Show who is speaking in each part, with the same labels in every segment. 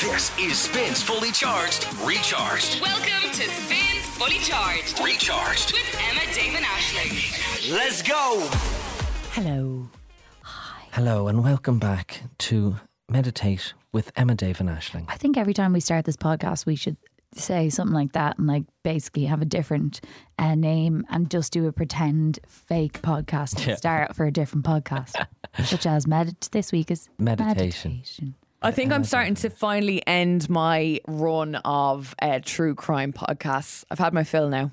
Speaker 1: This is Spins Fully Charged, Recharged,
Speaker 2: Welcome to Spins Fully Charged
Speaker 1: Recharged.
Speaker 2: with Emma Damon Ashley.
Speaker 1: Let's go!
Speaker 3: Hello.
Speaker 4: Hello and welcome back to Meditate with Emma Davin Ashling.
Speaker 3: I think every time we start this podcast, we should say something like that and like basically have a different uh, name and just do a pretend fake podcast and start for a different podcast, such as medit. This week is
Speaker 4: Meditation.
Speaker 3: meditation.
Speaker 5: I think I'm starting to finally end my run of uh, true crime podcasts. I've had my fill now.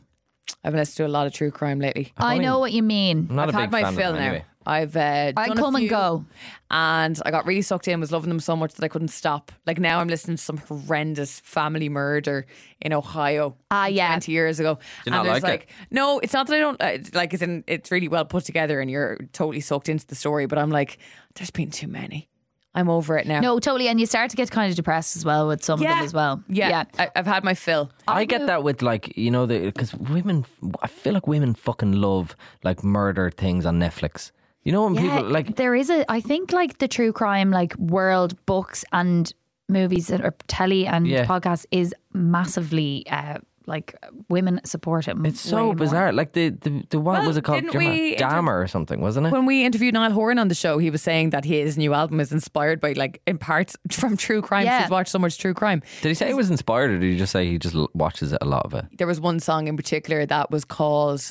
Speaker 5: I've listened to a lot of true crime lately.
Speaker 3: I know what you mean.
Speaker 4: I'm not
Speaker 5: I've
Speaker 4: a big
Speaker 5: had my
Speaker 4: fan
Speaker 5: fill
Speaker 4: of them
Speaker 5: now.
Speaker 4: anyway.
Speaker 5: I've uh,
Speaker 3: I
Speaker 5: done a
Speaker 3: come and
Speaker 5: few,
Speaker 3: go.
Speaker 5: and I got really sucked in. Was loving them so much that I couldn't stop. Like now, I'm listening to some horrendous family murder in Ohio.
Speaker 3: Ah,
Speaker 5: from
Speaker 3: yeah.
Speaker 5: twenty years ago.
Speaker 4: you not
Speaker 5: and it's
Speaker 4: like
Speaker 5: like,
Speaker 4: it?
Speaker 5: no, it's not that I don't uh, like. It's in, it's really well put together, and you're totally sucked into the story. But I'm like, there's been too many. I'm over it now.
Speaker 3: No, totally. And you start to get kind of depressed as well with some of them as well.
Speaker 5: Yeah, I, I've had my fill.
Speaker 4: I get that with like you know the because women I feel like women fucking love like murder things on Netflix. You know when people like
Speaker 3: there is a I think like the true crime like world books and movies and- or telly and
Speaker 4: Yeah.
Speaker 3: podcasts is massively uh, like women support it. m-
Speaker 4: it's
Speaker 3: way
Speaker 4: so
Speaker 3: more.
Speaker 4: bizarre. Like the the, the what
Speaker 5: Well,
Speaker 4: was it called?
Speaker 5: didn't
Speaker 4: Do you remember?
Speaker 5: we inter-
Speaker 4: Dahmer or something, wasn't it?
Speaker 5: When we interviewed Niall Horan on the show, he was saying that his new album is inspired by, like, in parts from true crime.
Speaker 3: Yeah.
Speaker 5: He's watched so much true crime.
Speaker 4: did he say he was inspired, or did he just say he just l- watches it a lot of it?
Speaker 5: There was one song in particular that was called.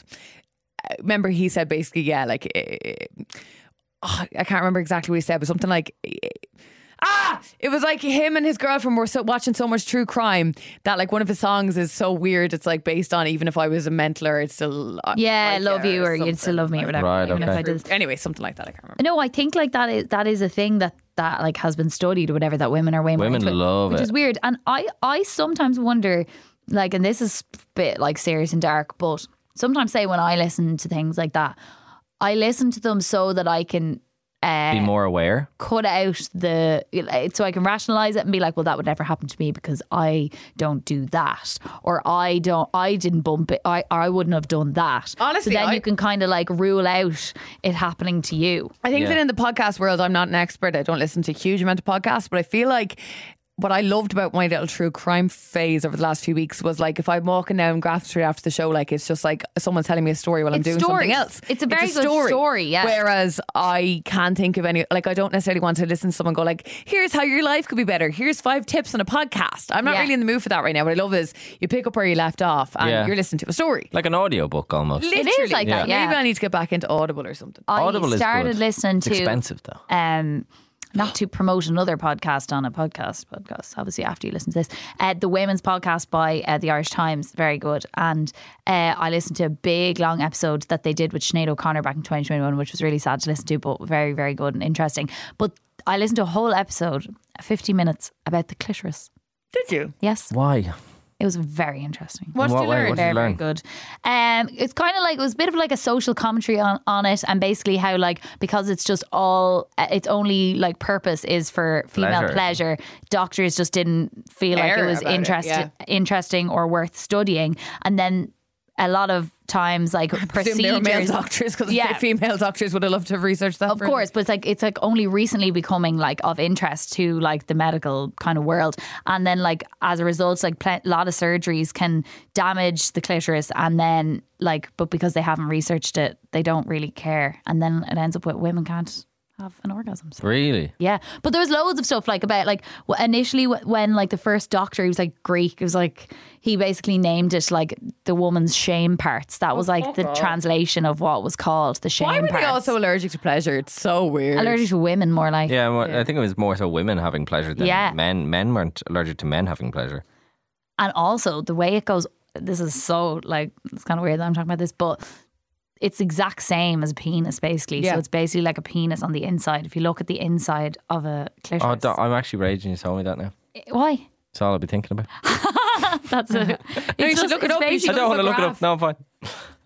Speaker 5: I Remember, he said basically, yeah, like, eh, oh, I can't remember exactly what he said, but something like. eh, Ah, it was like him and his girlfriend were so, watching so much true crime that like one of his songs is so weird. It's like based on even if I was a mentler, it's still uh,
Speaker 3: Yeah, I
Speaker 5: like
Speaker 3: love
Speaker 5: it
Speaker 3: you or you'd still
Speaker 5: something.
Speaker 3: love me or whatever.
Speaker 4: Right,
Speaker 3: even if
Speaker 4: okay.
Speaker 3: I did this.
Speaker 5: Anyway, something like that. I can't remember.
Speaker 3: No, I think like that is that is a thing that that like has been studied or whatever that women are way more
Speaker 4: Women
Speaker 3: into
Speaker 4: love
Speaker 3: which
Speaker 4: it.
Speaker 3: is weird. And I I sometimes wonder like, and this is a bit like serious and dark, but sometimes say when I listen to things like that, I listen to them so that I can uh,
Speaker 4: Be more aware.
Speaker 3: cut out the so I can rationalize it and be like, well, that would never happen to me because I don't do that, or I don't, I didn't bump it, I I wouldn't have done that.
Speaker 5: Honestly,
Speaker 3: so then
Speaker 5: I-
Speaker 3: you can kind of like rule out it happening to you.
Speaker 5: I think
Speaker 4: Yeah.
Speaker 5: that in the podcast world, I'm not an expert. I don't listen to a huge amount of podcasts, but I feel like what I loved about my little true crime phase over the last few weeks was like if I'm walking down Grafton Street after the show, like it's just like someone's telling me a story while I'm
Speaker 3: It's
Speaker 5: doing
Speaker 3: stories.
Speaker 5: something else.
Speaker 3: It's a very good story, yeah.
Speaker 5: Whereas I can't think of any. Like I don't necessarily want to listen to someone go like, "Here's how your life could be better. Here's five tips on a podcast." I'm not
Speaker 3: Yeah.
Speaker 5: really in the mood for that right now. What I love is you pick up where you left off and
Speaker 4: Yeah.
Speaker 5: you're listening to a story.
Speaker 4: Like an audiobook almost.
Speaker 5: Literally.
Speaker 3: like that, Yeah. yeah.
Speaker 5: Maybe I need to get back into Audible or something.
Speaker 3: I
Speaker 4: Audible is
Speaker 3: started
Speaker 4: good.
Speaker 3: listening
Speaker 4: It's
Speaker 3: to
Speaker 4: expensive, though.
Speaker 3: Um, not to promote another podcast on a podcast podcast. Obviously, after you listen to this, uh, the women's podcast by uh, the Irish Times, very good. And uh, I listened to a big long episode that they did with Sinead O'Connor back in 2021, which was really sad to listen to, but very very good and interesting. But I listened to a whole episode, 50 minutes, about the clitoris.
Speaker 5: Did you?
Speaker 3: Yes,
Speaker 4: Why?
Speaker 3: it was very interesting.
Speaker 5: What
Speaker 4: In
Speaker 5: did
Speaker 4: what
Speaker 5: you
Speaker 4: way?
Speaker 5: learn?
Speaker 4: What did you
Speaker 3: Very, very
Speaker 4: learn?
Speaker 3: good. Um, it's kind of like it was a bit of like a social commentary on, on it, and basically how like because it's just all uh, its only like purpose is for female
Speaker 4: Pleasure.
Speaker 3: pleasure. Doctors just didn't feel like it
Speaker 5: Care
Speaker 3: was
Speaker 5: about it,
Speaker 3: interest-
Speaker 5: yeah.
Speaker 3: interesting or worth studying, and then a lot of times like
Speaker 5: assume they were male
Speaker 3: procedures.
Speaker 5: doctors because
Speaker 3: Yeah.
Speaker 5: female doctors would have loved to have researched that.
Speaker 3: Of course, but it's like it's like only recently becoming like of interest to like the medical kind of world, and then like as a result, like a lot of surgeries can damage the clitoris, and then like but because they haven't researched it, they don't really care, and then it ends up with women can't have an orgasm. So.
Speaker 4: Really?
Speaker 3: Yeah, but there was loads of stuff like about like w- initially w- when like the first doctor he was like Greek. It was like he basically named it like the woman's shame parts. That was like the translation of what was called the shame.
Speaker 5: Oh, Why were they
Speaker 3: parts.
Speaker 5: also allergic to pleasure? It's so weird.
Speaker 3: allergic to women more like?
Speaker 4: Yeah, well, I think it was more so women having pleasure than
Speaker 3: Yeah.
Speaker 4: men. Men weren't allergic to men having pleasure.
Speaker 3: And also the way it goes, this is so like it's kind of weird that I'm talking about this, but it's exact same as a penis basically.
Speaker 5: Yeah.
Speaker 3: So it's basically like a penis on the inside. If you look at the inside of a clitoris, Eh,
Speaker 4: Oh, don't- I'm actually raging. You told me that now.
Speaker 3: why?
Speaker 4: That's all I'll be thinking about.
Speaker 3: That's a,
Speaker 5: No, you
Speaker 3: it's just-
Speaker 5: should look it
Speaker 3: it's
Speaker 5: up. You
Speaker 3: basically-
Speaker 5: should
Speaker 4: I don't want to
Speaker 5: look up the
Speaker 4: look it up.
Speaker 5: graph.
Speaker 4: No, I'm fine.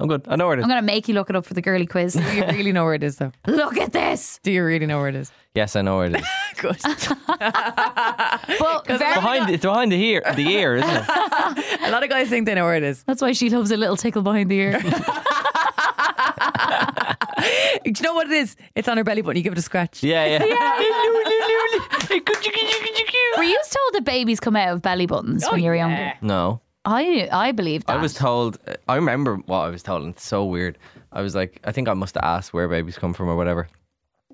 Speaker 4: I'm good. I know where it is.
Speaker 3: I'm gonna make you look it up for the girly quiz.
Speaker 5: Do you really know where it is, though?
Speaker 3: look at this,
Speaker 5: Do you really know where it is?
Speaker 4: Yes, I know where it is.
Speaker 5: Good.
Speaker 3: but very-
Speaker 4: behind it's behind the ear, the ear, isn't it?
Speaker 5: a lot of guys think they know where it is.
Speaker 3: that's why she loves a little tickle behind the ear.
Speaker 5: Do you know what it is? It's on her belly button. You give it a scratch.
Speaker 4: Yeah, yeah.
Speaker 3: Were you told that babies come out of belly buttons
Speaker 5: Oh,
Speaker 3: when you were younger?
Speaker 4: No.
Speaker 3: I I believe that.
Speaker 4: I was told, I remember what I was told, and it's so weird. I was like, I think I must have asked where babies come from or whatever.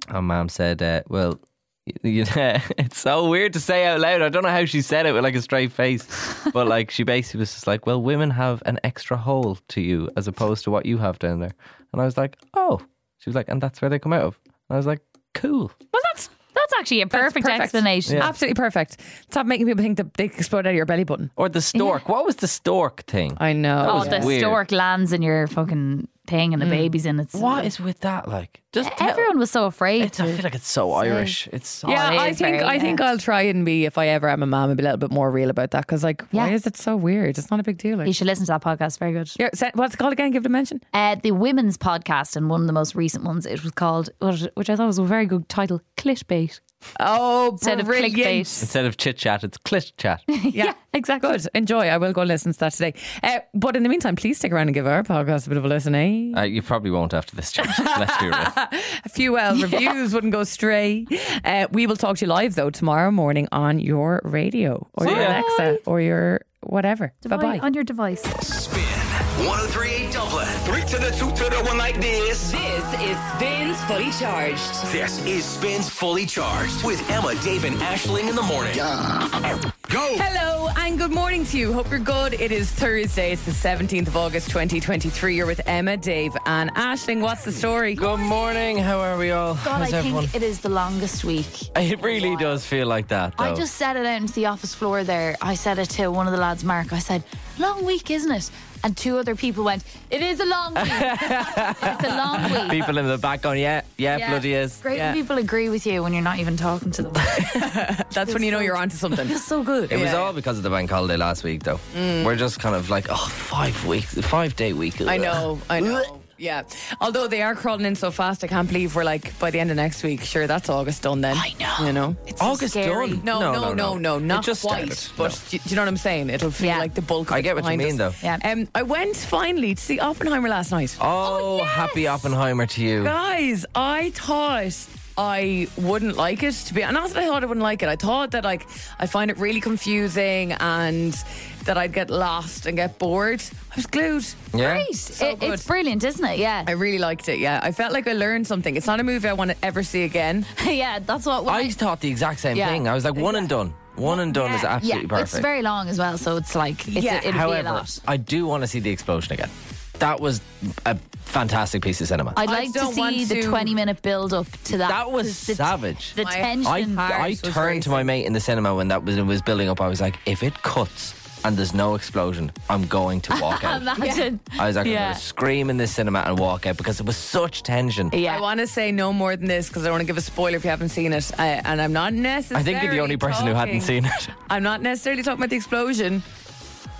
Speaker 4: And mom said, uh, Well, y- you know, it's so weird to say out loud. I don't know how she said it with like a straight face. But like, she basically was just like, Well, women have an extra hole to you as opposed to what you have down there. And I was like, Oh. She was like, And that's where they come out of. And I was like, Cool.
Speaker 3: well, that's that's actually a
Speaker 5: That's
Speaker 3: perfect, explanation.
Speaker 5: Absolutely perfect. Stop making people think that they explode out of your belly button.
Speaker 4: Or the stork. What was the stork thing?
Speaker 5: I know.
Speaker 3: Oh,
Speaker 4: was
Speaker 3: the
Speaker 4: weird.
Speaker 3: stork lands in your fucking thing and the baby's in its.
Speaker 4: Mm. what is with that like?
Speaker 5: E-,
Speaker 4: Just tell-
Speaker 3: Everyone was so afraid.
Speaker 4: It's, I feel like it's so Irish. It's so
Speaker 5: yeah,
Speaker 3: Oh, it
Speaker 5: I
Speaker 3: is
Speaker 5: think
Speaker 3: very,
Speaker 5: I think
Speaker 3: yeah.
Speaker 5: I'll try and be if I ever am a mom, I'll be a little bit more real about that because like, why
Speaker 3: Yeah.
Speaker 5: is it so weird? It's not a big deal.
Speaker 3: you
Speaker 5: Like,
Speaker 3: should listen to that podcast. Very good.
Speaker 5: yeah, se- what's it called again? Give it a mention.
Speaker 3: Uh, the women's podcast and one of the most recent ones. It was called, which I thought was a very good title, Clitbait.
Speaker 5: Oh,
Speaker 3: Instead of
Speaker 5: brilliant.
Speaker 3: clickbait.
Speaker 4: Instead of chit chat, it's clit chat.
Speaker 5: Yeah, exactly. Good. Enjoy. I will go listen to that today. Uh, but in the meantime, please stick around and give our podcast a bit of a listen, eh?
Speaker 4: uh, you probably won't after this chat. Let's be real.
Speaker 5: A few well reviews wouldn't go astray. Uh, we will talk to you live though tomorrow morning on your radio or your
Speaker 4: ya.
Speaker 5: Alexa or your whatever. Bye bye.
Speaker 3: On your device.
Speaker 1: Spin 1038 Dublin. Three to the two to the one like this.
Speaker 2: This is Spins Fully Charged.
Speaker 1: This is Spins Fully Charged with Emma, Dave, and Ashling in the morning. Go!
Speaker 5: Hello and good morning to you. Hope you're good. It is Thursday. It's the 17th of August 2023. You're with Emma, Dave, and Ashling. What's the story?
Speaker 4: Good morning. How are we all?
Speaker 3: God,
Speaker 4: How's
Speaker 3: I
Speaker 4: everyone?
Speaker 3: think it is the longest week.
Speaker 4: It really does feel like that, though.
Speaker 3: I just said it out into the office floor there. I said it to one of the lads, Mark. I said, long week, isn't it? And two other people went, it is a long week. it's a long week.
Speaker 4: People in the back going, yeah, yeah,
Speaker 3: Yeah.
Speaker 4: bloody is.
Speaker 3: Great when people agree with you when you're not even talking to them.
Speaker 5: That's when you know you're onto something.
Speaker 3: It's so good.
Speaker 4: It was all because of the bank holiday last week, though.
Speaker 3: Mm.
Speaker 4: We're just kind of like, oh, five weeks, five day week.
Speaker 5: I know, I know. Yeah. Although they are crawling in so fast, I can't believe we're like by the end of next week. Sure, that's August done then.
Speaker 3: I know.
Speaker 5: You know.
Speaker 3: It's so
Speaker 4: August
Speaker 3: scary.
Speaker 4: done.
Speaker 5: No, no, no, no, not
Speaker 4: It just
Speaker 5: quite.
Speaker 4: started.
Speaker 5: But
Speaker 4: No.
Speaker 5: do, do you know what I'm saying? It'll feel
Speaker 3: Yeah.
Speaker 5: like the bulk. Of
Speaker 4: I
Speaker 5: it's
Speaker 4: get what you
Speaker 5: behind
Speaker 4: mean,
Speaker 5: us.
Speaker 4: though.
Speaker 3: Yeah.
Speaker 5: Um, I went finally to see Oppenheimer last night.
Speaker 4: Oh, happy Oppenheimer to you.
Speaker 5: Guys, I thought I wouldn't like it to be and not that I thought I wouldn't like it. I thought that like I find it really confusing and that I'd get lost and get bored. I was glued.
Speaker 4: Yeah.
Speaker 3: Great.
Speaker 5: So
Speaker 3: It- it's
Speaker 5: good.
Speaker 3: brilliant, isn't it? Yeah.
Speaker 5: I really liked it, yeah. I felt like I learned something. It's not a movie I want to ever see again.
Speaker 3: yeah, that's what when
Speaker 4: I thought the exact same
Speaker 3: Yeah.
Speaker 4: thing. I was like, one and done. One and done is
Speaker 5: Yeah.
Speaker 4: absolutely perfect.
Speaker 3: It's very long as well, so it's like it's,
Speaker 5: Yeah.
Speaker 3: it'll be a
Speaker 4: However,
Speaker 3: lot.
Speaker 4: I do want to see the explosion again. That was a fantastic piece of cinema.
Speaker 3: I'd
Speaker 5: I
Speaker 3: like to
Speaker 5: don't want
Speaker 3: see the
Speaker 5: to-
Speaker 3: 20 minute build up to that.
Speaker 4: That was
Speaker 3: 'cause the,
Speaker 4: savage.
Speaker 3: The
Speaker 5: My-
Speaker 4: I,
Speaker 3: tension.
Speaker 5: heart
Speaker 4: I
Speaker 5: was
Speaker 4: turned to my mate in the cinema when that was it was building up. I was like, if it cuts and there's no explosion, I'm going to walk out.
Speaker 3: Imagine.
Speaker 4: I was like, I'm
Speaker 3: Yeah.
Speaker 4: going to scream in the cinema and walk out because it was such tension.
Speaker 3: Yeah.
Speaker 5: I want to say no more than this because I want to give a spoiler if you haven't seen it. I, and I'm not
Speaker 4: I
Speaker 5: necessarily.
Speaker 4: think you're the only person who hadn't seen
Speaker 5: talking-
Speaker 4: it.
Speaker 5: I'm not necessarily talking about the explosion,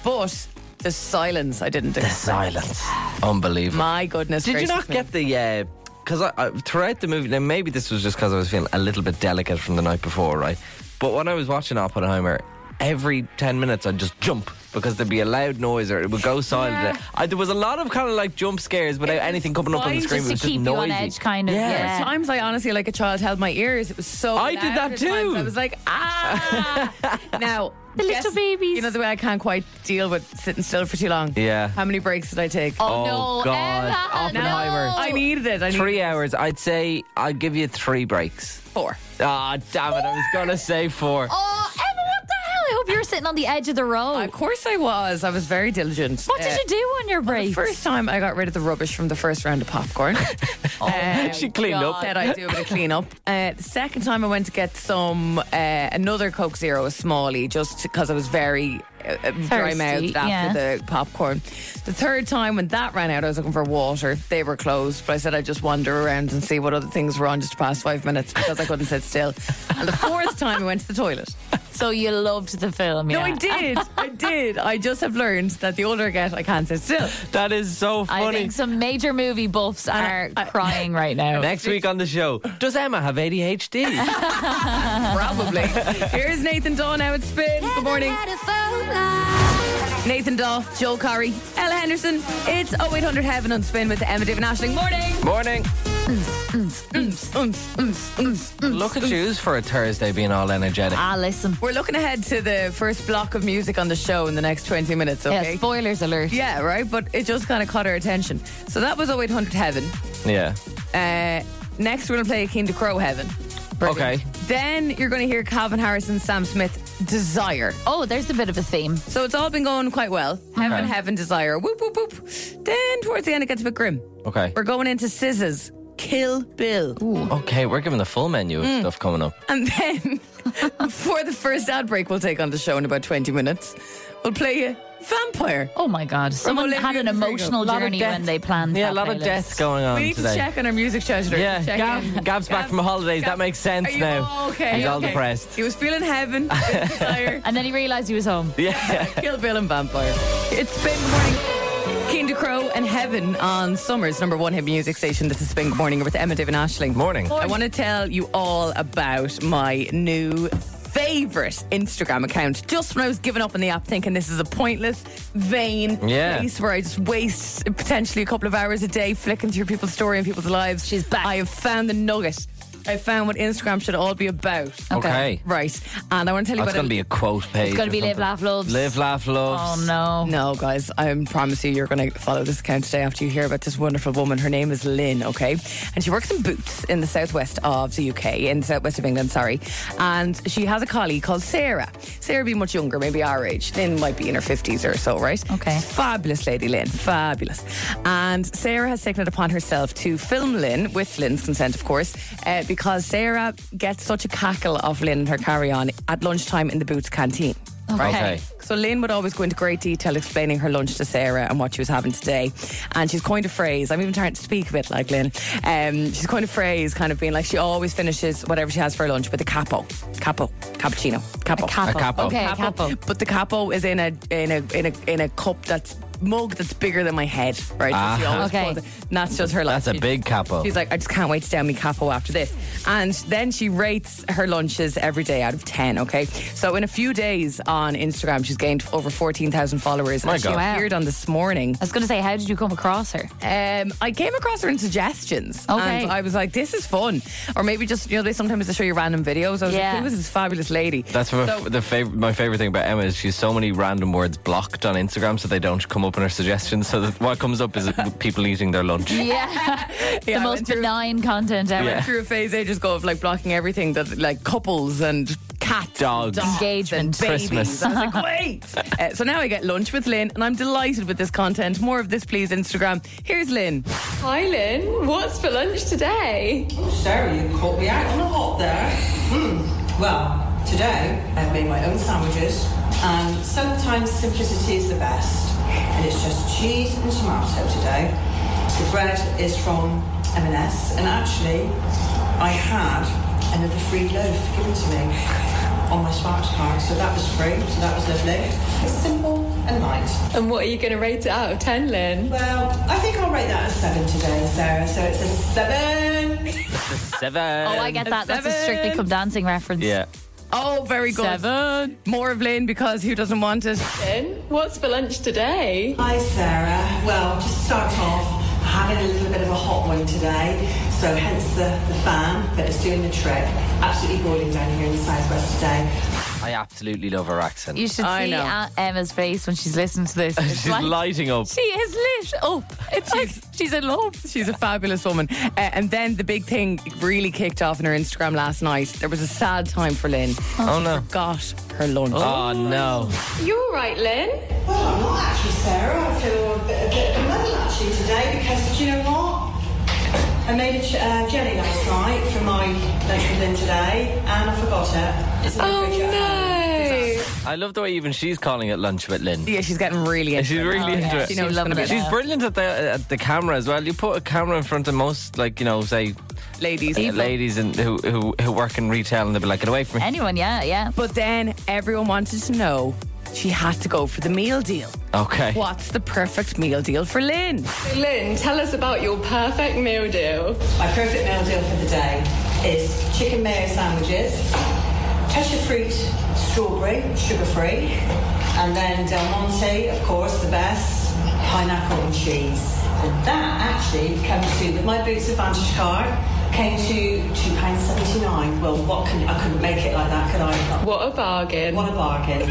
Speaker 5: but the silence I didn't
Speaker 4: The
Speaker 5: expect.
Speaker 4: silence, unbelievable.
Speaker 5: My goodness.
Speaker 4: Did you
Speaker 5: gracious
Speaker 4: not
Speaker 5: me.
Speaker 4: get the? Uh, because I, I, throughout the movie, now maybe this was just because I was feeling a little bit delicate from the night before, right? But when I was watching Oppenheimer, every ten minutes I'd just jump because there'd be a loud noise or it would go silent. I, there was a lot of kind of like jump scares without
Speaker 5: It was
Speaker 4: anything coming up on the
Speaker 5: fine
Speaker 4: screen.
Speaker 3: just
Speaker 4: it
Speaker 3: to
Speaker 4: was
Speaker 3: keep
Speaker 4: just
Speaker 3: you on
Speaker 4: noisy.
Speaker 3: edge, kind of, yeah.
Speaker 5: At times I honestly, like a child, held my ears. It was so.
Speaker 4: I did
Speaker 5: loud
Speaker 4: that
Speaker 5: at times.
Speaker 4: too.
Speaker 5: I was like, ah. now the
Speaker 3: little babies.
Speaker 5: You know the way I can't quite deal with sitting still for too long.
Speaker 4: Yeah.
Speaker 5: How many breaks did I take?
Speaker 3: Oh,
Speaker 4: Oh,
Speaker 3: no,
Speaker 4: God.
Speaker 3: Emma,
Speaker 4: Oppenheimer.
Speaker 3: no.
Speaker 5: I needed it. I needed
Speaker 4: Three hours. I'd say I'd give you three breaks.
Speaker 5: four.
Speaker 4: Ah, damn it! I was gonna say four.
Speaker 3: Oh, Emma, what the hell? I hope you were sitting on the edge of the road.
Speaker 5: Of course I was. I was very diligent.
Speaker 3: what did you do on your break?
Speaker 5: The first time I got rid of the rubbish from the first round of popcorn. Um,
Speaker 4: She cleaned up.
Speaker 5: Said I do a bit of cleanup. Uh, the second time I went to get some uh, another Coke Zero, a smallie, just because I was very uh, uh, dry mouthed after
Speaker 3: yeah.
Speaker 5: the popcorn. The third time when that ran out, I was looking for water. They were closed, but I said I'd just wander around and see what other things were on just to pass five minutes because I couldn't sit still. And the fourth time I went to the toilet.
Speaker 3: so you loved the film, yeah.
Speaker 5: No, I did. I did. I just have learned that the older I get, I can't sit still.
Speaker 4: That is so funny.
Speaker 3: I think some major movie buffs are crying right now.
Speaker 4: Next week on the show, does Emma have ADHD?
Speaker 5: Probably. Here's Nathan Daw now at Spin. Good morning. Nathan Daw, Joel oh Curry, Ella Henderson. It's 0800 Heaven on Spin with Emma David Ashling. Morning.
Speaker 4: Morning. Look at yous for a Thursday being all energetic.
Speaker 3: Ah, listen.
Speaker 5: We're looking ahead to the first block of music on the show in the next 20 minutes, okay?
Speaker 3: Yeah, spoilers alert.
Speaker 5: Yeah, right? But it just kind of caught our attention. So that was 0800 Heaven.
Speaker 4: Yeah.
Speaker 5: Uh, next, we're going to play King to Crow Heaven.
Speaker 4: Okay.
Speaker 5: Then you're going to hear Calvin Harris and Sam Smith, Desire.
Speaker 3: Oh, there's a bit of a theme.
Speaker 5: So it's all been going quite well. Heaven,
Speaker 4: Okay.
Speaker 5: Heaven, Desire. Whoop, whoop, whoop. Then towards the end, it gets a bit grim.
Speaker 4: Okay.
Speaker 5: We're going into Scissors, Kill Bill.
Speaker 4: Okay, we're giving the full menu of stuff coming up.
Speaker 5: And then, before the first ad break we'll take on the show in about 20 minutes, we'll play you Vampire.
Speaker 3: Oh my God. Someone
Speaker 5: Olivia
Speaker 3: had an
Speaker 5: Rodrigo.
Speaker 3: emotional
Speaker 4: Lot of
Speaker 3: journey
Speaker 4: death.
Speaker 3: when they planned
Speaker 4: Yeah,
Speaker 3: that
Speaker 4: a lot of
Speaker 3: playlist.
Speaker 4: death going on
Speaker 5: We need
Speaker 4: today.
Speaker 5: to check on our music treasure.
Speaker 4: Yeah,
Speaker 5: Check in.
Speaker 4: Gab, Gab's back
Speaker 5: Gab-
Speaker 4: from holidays.
Speaker 5: Gab-
Speaker 4: that makes sense
Speaker 5: Are you-
Speaker 4: now.
Speaker 5: oh, okay,
Speaker 4: He's all
Speaker 5: okay.
Speaker 4: depressed.
Speaker 5: He was feeling heaven, with desire,
Speaker 3: And then he realised he was home.
Speaker 4: Yeah.
Speaker 5: Kill Bill and Vampire. It's Spin Good Morning. King to Crow and Heaven on Summer's number one hit music station. This is Spin Good Morning with Emma David Ashling.
Speaker 4: Morning.
Speaker 5: I want to tell you all about my new favorite Instagram account. Just when I was giving up on the app, thinking this is a pointless, vain
Speaker 4: Yeah.
Speaker 5: place where I just waste potentially a couple of hours a day flicking through people's story and people's lives. She's back. I have found the nugget. I found what Instagram should all be about.
Speaker 4: Okay.
Speaker 5: Right. And I want to tell you
Speaker 4: Oh. That's
Speaker 5: about
Speaker 4: going to be a quote page.
Speaker 3: It's going
Speaker 4: or
Speaker 3: to be Live,
Speaker 4: something.
Speaker 3: Laugh, Loves.
Speaker 4: Live, laugh, love.
Speaker 3: Oh no.
Speaker 5: No, guys, I promise you, you're going to follow this account today after you hear about this wonderful woman. Her name is Lynn, okay? And she works in Boots in the southwest of the UK, in the southwest of England, sorry. And she has a colleague called Sarah. Sarah be much younger, maybe our age. Lynn might be in her 50s or so, right?
Speaker 3: Okay.
Speaker 5: Fabulous lady, Lynn. Fabulous. And Sarah has taken it upon herself to film Lynn, with Lynn's consent, of course, uh, because Sarah gets such a cackle of Lynn and her carry on at lunchtime in the Boots canteen. Right?
Speaker 4: Okay.
Speaker 5: So Lynn would always go into great detail explaining her lunch to Sarah and what she was having today. And she's coined a phrase. I'm even trying to speak a bit like Lynn. Um, she's coined a phrase, kind of being like she always finishes whatever she has for her lunch with a capo, capo, cappuccino, capo,
Speaker 3: Capo.
Speaker 4: capo.
Speaker 3: Okay, capo.
Speaker 5: But the capo is in a in a in a in a cup that's mug that's bigger than my head, right? So she
Speaker 4: Ah.
Speaker 5: always
Speaker 3: Okay.
Speaker 5: pulls it. And that's just her.
Speaker 4: That's a big capo.
Speaker 5: She's like, I just can't wait to down me capo after this. And then she rates her lunches every day out of 10, okay? So in a few days on Instagram, she's gained over 14,000 followers.
Speaker 4: My
Speaker 5: and
Speaker 4: God.
Speaker 5: She
Speaker 3: Wow.
Speaker 5: appeared on This Morning.
Speaker 3: I was going to say, how did you come across her?
Speaker 5: Um, I came across her in suggestions.
Speaker 3: Okay.
Speaker 5: And I was like, this is fun. Or maybe just, you know, they sometimes they show you random videos. I was
Speaker 3: Yeah.
Speaker 5: like, who is this fabulous lady?
Speaker 4: That's my, f the fav- my favorite thing about Emma is she's so many random words blocked on Instagram so they don't come up in her suggestions. So that what comes up is people eating their lunch.
Speaker 3: Yeah. the
Speaker 5: Yeah, I
Speaker 3: most
Speaker 5: went through-
Speaker 3: benign content ever.
Speaker 4: Yeah.
Speaker 5: through a phase ages ago of like blocking everything that like couples and cats,
Speaker 4: Dogs.
Speaker 5: and
Speaker 3: Engagement.
Speaker 5: and babies.
Speaker 4: Christmas.
Speaker 5: I was like, wait. Uh, so now I get lunch with Lynn, and I'm delighted with this content. More of this, please. Instagram. Here's Lynn.
Speaker 6: Hi Lynn, what's for lunch today?
Speaker 7: Sarah, you caught me out on a hot there. Hmm. Well, today I've made my own sandwiches, and sometimes simplicity is the best. And it's just cheese and tomato today. The bread is from M&S, and actually, I had another free loaf given to me on my Sparks card, so that was free. So that was lovely. It's simple and light.
Speaker 6: And what are you going to rate it out of 10, Lynn?
Speaker 7: Well, I think I'll rate that a seven today, Sarah. So it's a seven.
Speaker 4: Seven.
Speaker 3: Oh, I get that. That's a
Speaker 5: Seven.
Speaker 3: strictly come dancing reference.
Speaker 4: Yeah.
Speaker 5: Oh, very good.
Speaker 3: Seven.
Speaker 5: More of Lynn because who doesn't want it?
Speaker 6: Lynn, what's for lunch today?
Speaker 7: Hi, Sarah. Well, to start off, having a little bit of a hot one today, so hence the, the fan, but it's doing the trick. Absolutely boiling down here in the southwest today.
Speaker 4: I absolutely love her accent.
Speaker 3: You should
Speaker 5: I
Speaker 3: see
Speaker 5: know.
Speaker 3: Aunt Emma's face when she's listening to this. It's
Speaker 4: she's
Speaker 3: like-
Speaker 4: lighting up.
Speaker 3: She is lit up. It's like she's in love.
Speaker 5: She's a fabulous woman. Uh, and then the big thing really kicked off on her Instagram last night. There was a sad time for Lynn.
Speaker 4: Oh, no.
Speaker 5: Got her lunch.
Speaker 4: Oh, no.
Speaker 6: You're right, Lynn.
Speaker 7: Well, I'm not actually, Sarah. I feel a bit, a bit of a muddle actually today because do you know what? I made a ch- uh, jelly last night for my lunch with Lynn today, and I forgot it. It's in the
Speaker 6: Oh
Speaker 7: fridge at home.
Speaker 6: no!
Speaker 4: I love the way even she's calling it lunch with Lynn.
Speaker 5: Yeah, she's getting really into
Speaker 4: She's
Speaker 5: it.
Speaker 4: really into it.
Speaker 5: Oh, She knows
Speaker 3: loving
Speaker 5: about
Speaker 3: it.
Speaker 4: She's brilliant at the at the camera as well. You put a camera in front of most, like you know, say
Speaker 5: ladies.
Speaker 4: uh, ladies and who, who who work in retail, and they'll be like, "Get away from me."
Speaker 3: Anyone, yeah, yeah.
Speaker 5: But then everyone wanted to know she had to go for the meal deal.
Speaker 4: Okay.
Speaker 5: What's the perfect meal deal for Lynn?
Speaker 6: Lynn, tell us about your perfect meal deal.
Speaker 7: My perfect meal deal for the day is chicken mayo sandwiches, Cheshire fruit, strawberry, sugar free, and then Del Monte, of course, the best, pineapple and cheese. And that actually came to, with my Boots Advantage card, came to £2.79. Well, what can, I couldn't make it like that, could I?
Speaker 6: What a bargain.
Speaker 7: What a bargain.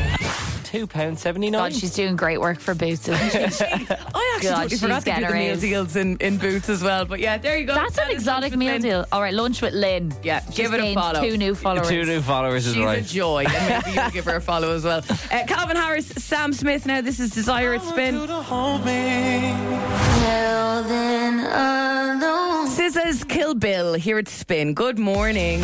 Speaker 4: Two pound seventy
Speaker 3: God,
Speaker 4: nine.
Speaker 3: she's doing great work for Boots. Isn't she?
Speaker 5: I actually
Speaker 3: God,
Speaker 5: totally
Speaker 3: she's
Speaker 5: forgot to do
Speaker 3: getting
Speaker 5: the
Speaker 3: a
Speaker 5: meal
Speaker 3: raise.
Speaker 5: deals in, in Boots as well. But yeah, there you go.
Speaker 3: That's
Speaker 5: That
Speaker 3: an
Speaker 5: is
Speaker 3: exotic
Speaker 5: lunch with
Speaker 3: meal
Speaker 5: Lynn.
Speaker 3: deal. All right, lunch with Lynn.
Speaker 5: Yeah,
Speaker 3: She's
Speaker 5: give it a
Speaker 3: gained
Speaker 5: follow.
Speaker 3: Two new followers.
Speaker 4: Two new followers is
Speaker 5: She's
Speaker 4: right.
Speaker 5: a joy. And maybe you'll give her a follow as well. Uh, Calvin Harris, Sam Smith. Now this is Desire
Speaker 3: Oh,
Speaker 5: at Spin. Scissors Kill Bill here at Spin. Good morning.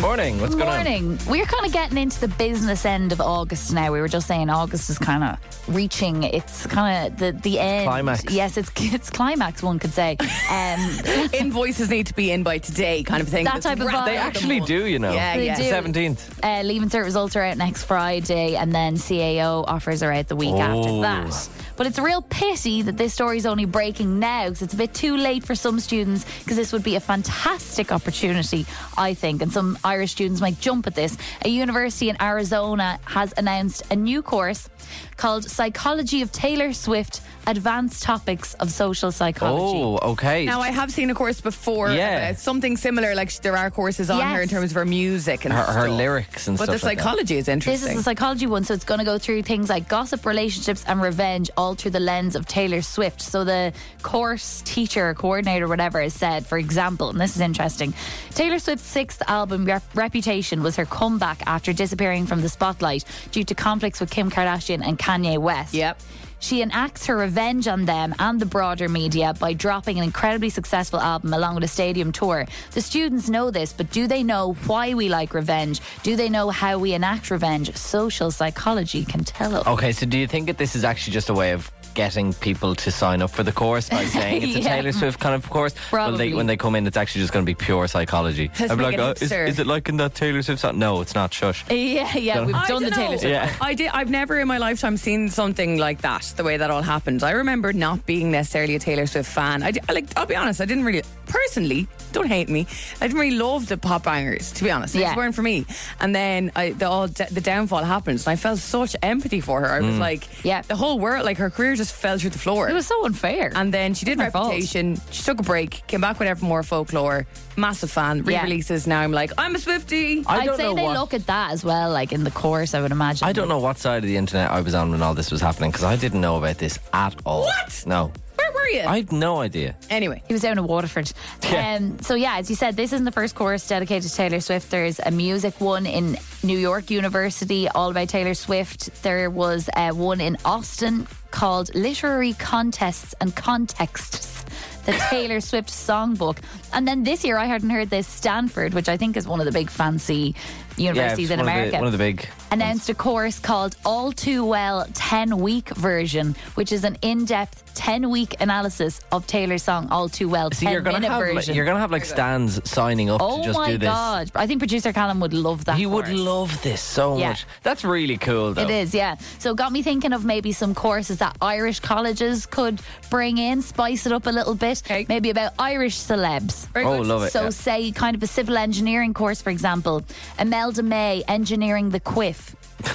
Speaker 4: Morning. What's going on?
Speaker 3: Morning. We're kind of getting into the business end of August now. We were just saying August is kind of reaching its kind of the the end.
Speaker 4: Climax.
Speaker 3: Yes, it's it's climax. One could say. Um,
Speaker 5: Invoices need to be in by today, kind of thing.
Speaker 3: That
Speaker 5: Let's
Speaker 3: type of
Speaker 5: wrap
Speaker 3: vibe.
Speaker 5: it
Speaker 4: They
Speaker 5: up.
Speaker 4: actually do, you know.
Speaker 5: Yeah,
Speaker 3: They
Speaker 5: yeah.
Speaker 3: do.
Speaker 4: The seventeenth.
Speaker 3: uh, leaving cert results are out next Friday, and then CAO offers are out the week after
Speaker 4: Oh.
Speaker 3: that. But it's a real pity that this story is only breaking now because it's a bit too late for some students because this would be a fantastic opportunity, I think. And some Irish students might jump at this. A university in Arizona has announced a new course called Psychology of Taylor Swift Advanced Topics of Social Psychology.
Speaker 4: Oh, okay.
Speaker 5: Now I have seen a course before.
Speaker 4: Yeah.
Speaker 5: about something similar. Like there are courses on
Speaker 3: Yes.
Speaker 5: her in terms of her music and
Speaker 4: Her- her
Speaker 5: stuff.
Speaker 4: lyrics and
Speaker 5: but
Speaker 4: stuff
Speaker 5: the
Speaker 4: like that.
Speaker 5: psychology is
Speaker 3: This
Speaker 5: interesting.
Speaker 3: is the psychology one, so it's going to go through things like gossip, relationships, and revenge, all through the lens of Taylor Swift. So the course teacher, coordinator, whatever, has said, for example, and this is interesting Taylor Swift's sixth album, Rep- Reputation, was her comeback after disappearing from the spotlight due to conflicts with Kim Kardashian and Kanye West.
Speaker 5: Yep.
Speaker 3: She enacts her revenge on them and the broader media by dropping an incredibly successful album along with a stadium tour. The students know this, but do they know why we like revenge? Do they know how we enact revenge? Social psychology can tell us.
Speaker 4: Okay, so do you think that this is actually just a way of getting people to sign up for the course by saying it's a
Speaker 3: Yeah.
Speaker 4: Taylor Swift kind of course? Well, they,
Speaker 3: Probably.
Speaker 4: when they come in, it's actually just going to be pure psychology.
Speaker 5: Let's
Speaker 4: I'd be like,
Speaker 5: make
Speaker 4: "Oh,
Speaker 5: it
Speaker 4: is,
Speaker 5: hipster.
Speaker 4: is it like in that Taylor Swift song? No, it's not. Shush.
Speaker 3: Yeah, yeah, we've
Speaker 5: I
Speaker 3: done the
Speaker 5: dunno.
Speaker 3: Taylor Swift.
Speaker 4: Yeah.
Speaker 5: I did. I've never in my lifetime seen something like that. The way that all happened. I remember not being necessarily a Taylor Swift fan. I, di- I like. I'll be honest. I didn't really personally. Don't hate me. I didn't really love the pop bangers. To be honest, they
Speaker 3: Yeah.
Speaker 5: just weren't for me. And then I, the all the downfall happens, and I felt such empathy for her. I
Speaker 4: Mm.
Speaker 5: was like,
Speaker 3: Yeah.
Speaker 5: the whole world, like her career, just fell through the floor.
Speaker 3: It was so unfair.
Speaker 5: And then she did
Speaker 3: My fault.
Speaker 5: Reputation. She took a break, came back with Evermore Folklore. Massive fan.
Speaker 3: Yeah.
Speaker 5: Re-releases. Now I'm like, I'm a Swifty.
Speaker 4: I
Speaker 3: I'd
Speaker 4: don't
Speaker 3: say
Speaker 4: know
Speaker 3: they
Speaker 4: what.
Speaker 3: look at that as well, like in the course, I would imagine.
Speaker 4: I don't know what side of the internet I was on when all this was happening because I didn't know about this at all.
Speaker 5: What?
Speaker 4: No,
Speaker 5: Where were you?
Speaker 4: I have no idea.
Speaker 5: anyway.
Speaker 3: He was down in Waterford.
Speaker 4: Yeah.
Speaker 3: Um, so yeah, as you said, this isn't the first course dedicated to Taylor Swift. There's a music one in New York University, all about Taylor Swift. There was uh, one in Austin called Literary Contests and Contexts. The Taylor Swift songbook. And then this year I hadn't heard this Stanford, which I think is one of the big fancy universities in
Speaker 4: it's one of the-
Speaker 3: America
Speaker 4: one of the big
Speaker 3: announced a course called All Too Well 10 Week Version, which is an in depth 10 week analysis of Taylor's song All Too Well 10
Speaker 4: See, you're gonna
Speaker 3: minute
Speaker 4: have like,
Speaker 3: version.
Speaker 4: you're gonna have like stands signing up
Speaker 3: oh
Speaker 4: to just
Speaker 3: my
Speaker 4: do this.
Speaker 3: God. I think producer Callum would love that.
Speaker 4: He would
Speaker 3: course.
Speaker 4: love this so
Speaker 3: Yeah.
Speaker 4: much. That's really cool, though.
Speaker 3: It is, yeah. So it got me thinking of maybe some courses that Irish colleges could bring in, spice it up a little bit.
Speaker 5: Okay.
Speaker 3: Maybe about Irish celebs.
Speaker 4: Oh, love it.
Speaker 3: So,
Speaker 4: yeah.
Speaker 3: say, kind of a civil engineering course, for example, Imelda May engineering the quiff.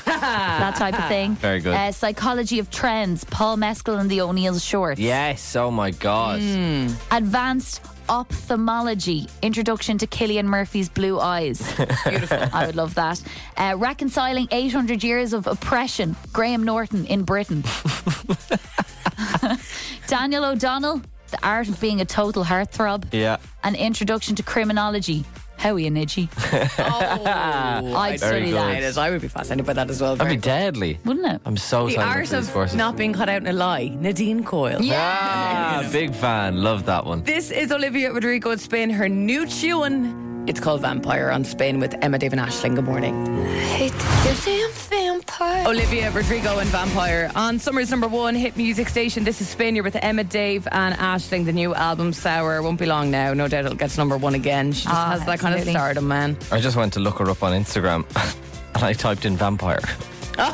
Speaker 3: that type of thing.
Speaker 4: Very good.
Speaker 3: Uh, Psychology of Trends, Paul Mescal and the O'Neill Shorts.
Speaker 4: Yes. Oh my God.
Speaker 3: Mm. Advanced Ophthalmology, Introduction to Killian Murphy's Blue Eyes. Beautiful. I would love that. Uh, reconciling 800 Years of Oppression, Graham Norton in Britain. Daniel O'Donnell, The Art of Being a Total Heartthrob.
Speaker 4: Yeah.
Speaker 3: An Introduction to Criminology. Howie and Nidgy.
Speaker 5: Oh,
Speaker 3: I'd study
Speaker 4: good.
Speaker 3: that,
Speaker 5: It is. I would be fascinated by that as well.
Speaker 4: That'd
Speaker 5: Very
Speaker 4: be deadly.
Speaker 3: wouldn't it?
Speaker 4: I'm so
Speaker 5: the
Speaker 4: excited
Speaker 5: art
Speaker 4: for these
Speaker 5: of
Speaker 4: courses.
Speaker 5: not being caught out in a lie. Nadine Coyle.
Speaker 4: Ah, big fan. Love that one.
Speaker 5: This is Olivia Rodrigo at Spain, her new tune. It's called Vampire on Spain with Emma David Ashling. Good morning. Olivia Rodrigo and Vampire on Summer's number one hit music station. This is Spain. You're with Emma Dave and Ashling. The new album Sour won't be long now. No doubt it'll get to number one again. She just
Speaker 3: Ah,
Speaker 5: has that kind of
Speaker 3: absolutely.
Speaker 5: stardom, man.
Speaker 4: I just went to look her up on Instagram and I typed in vampire. Do you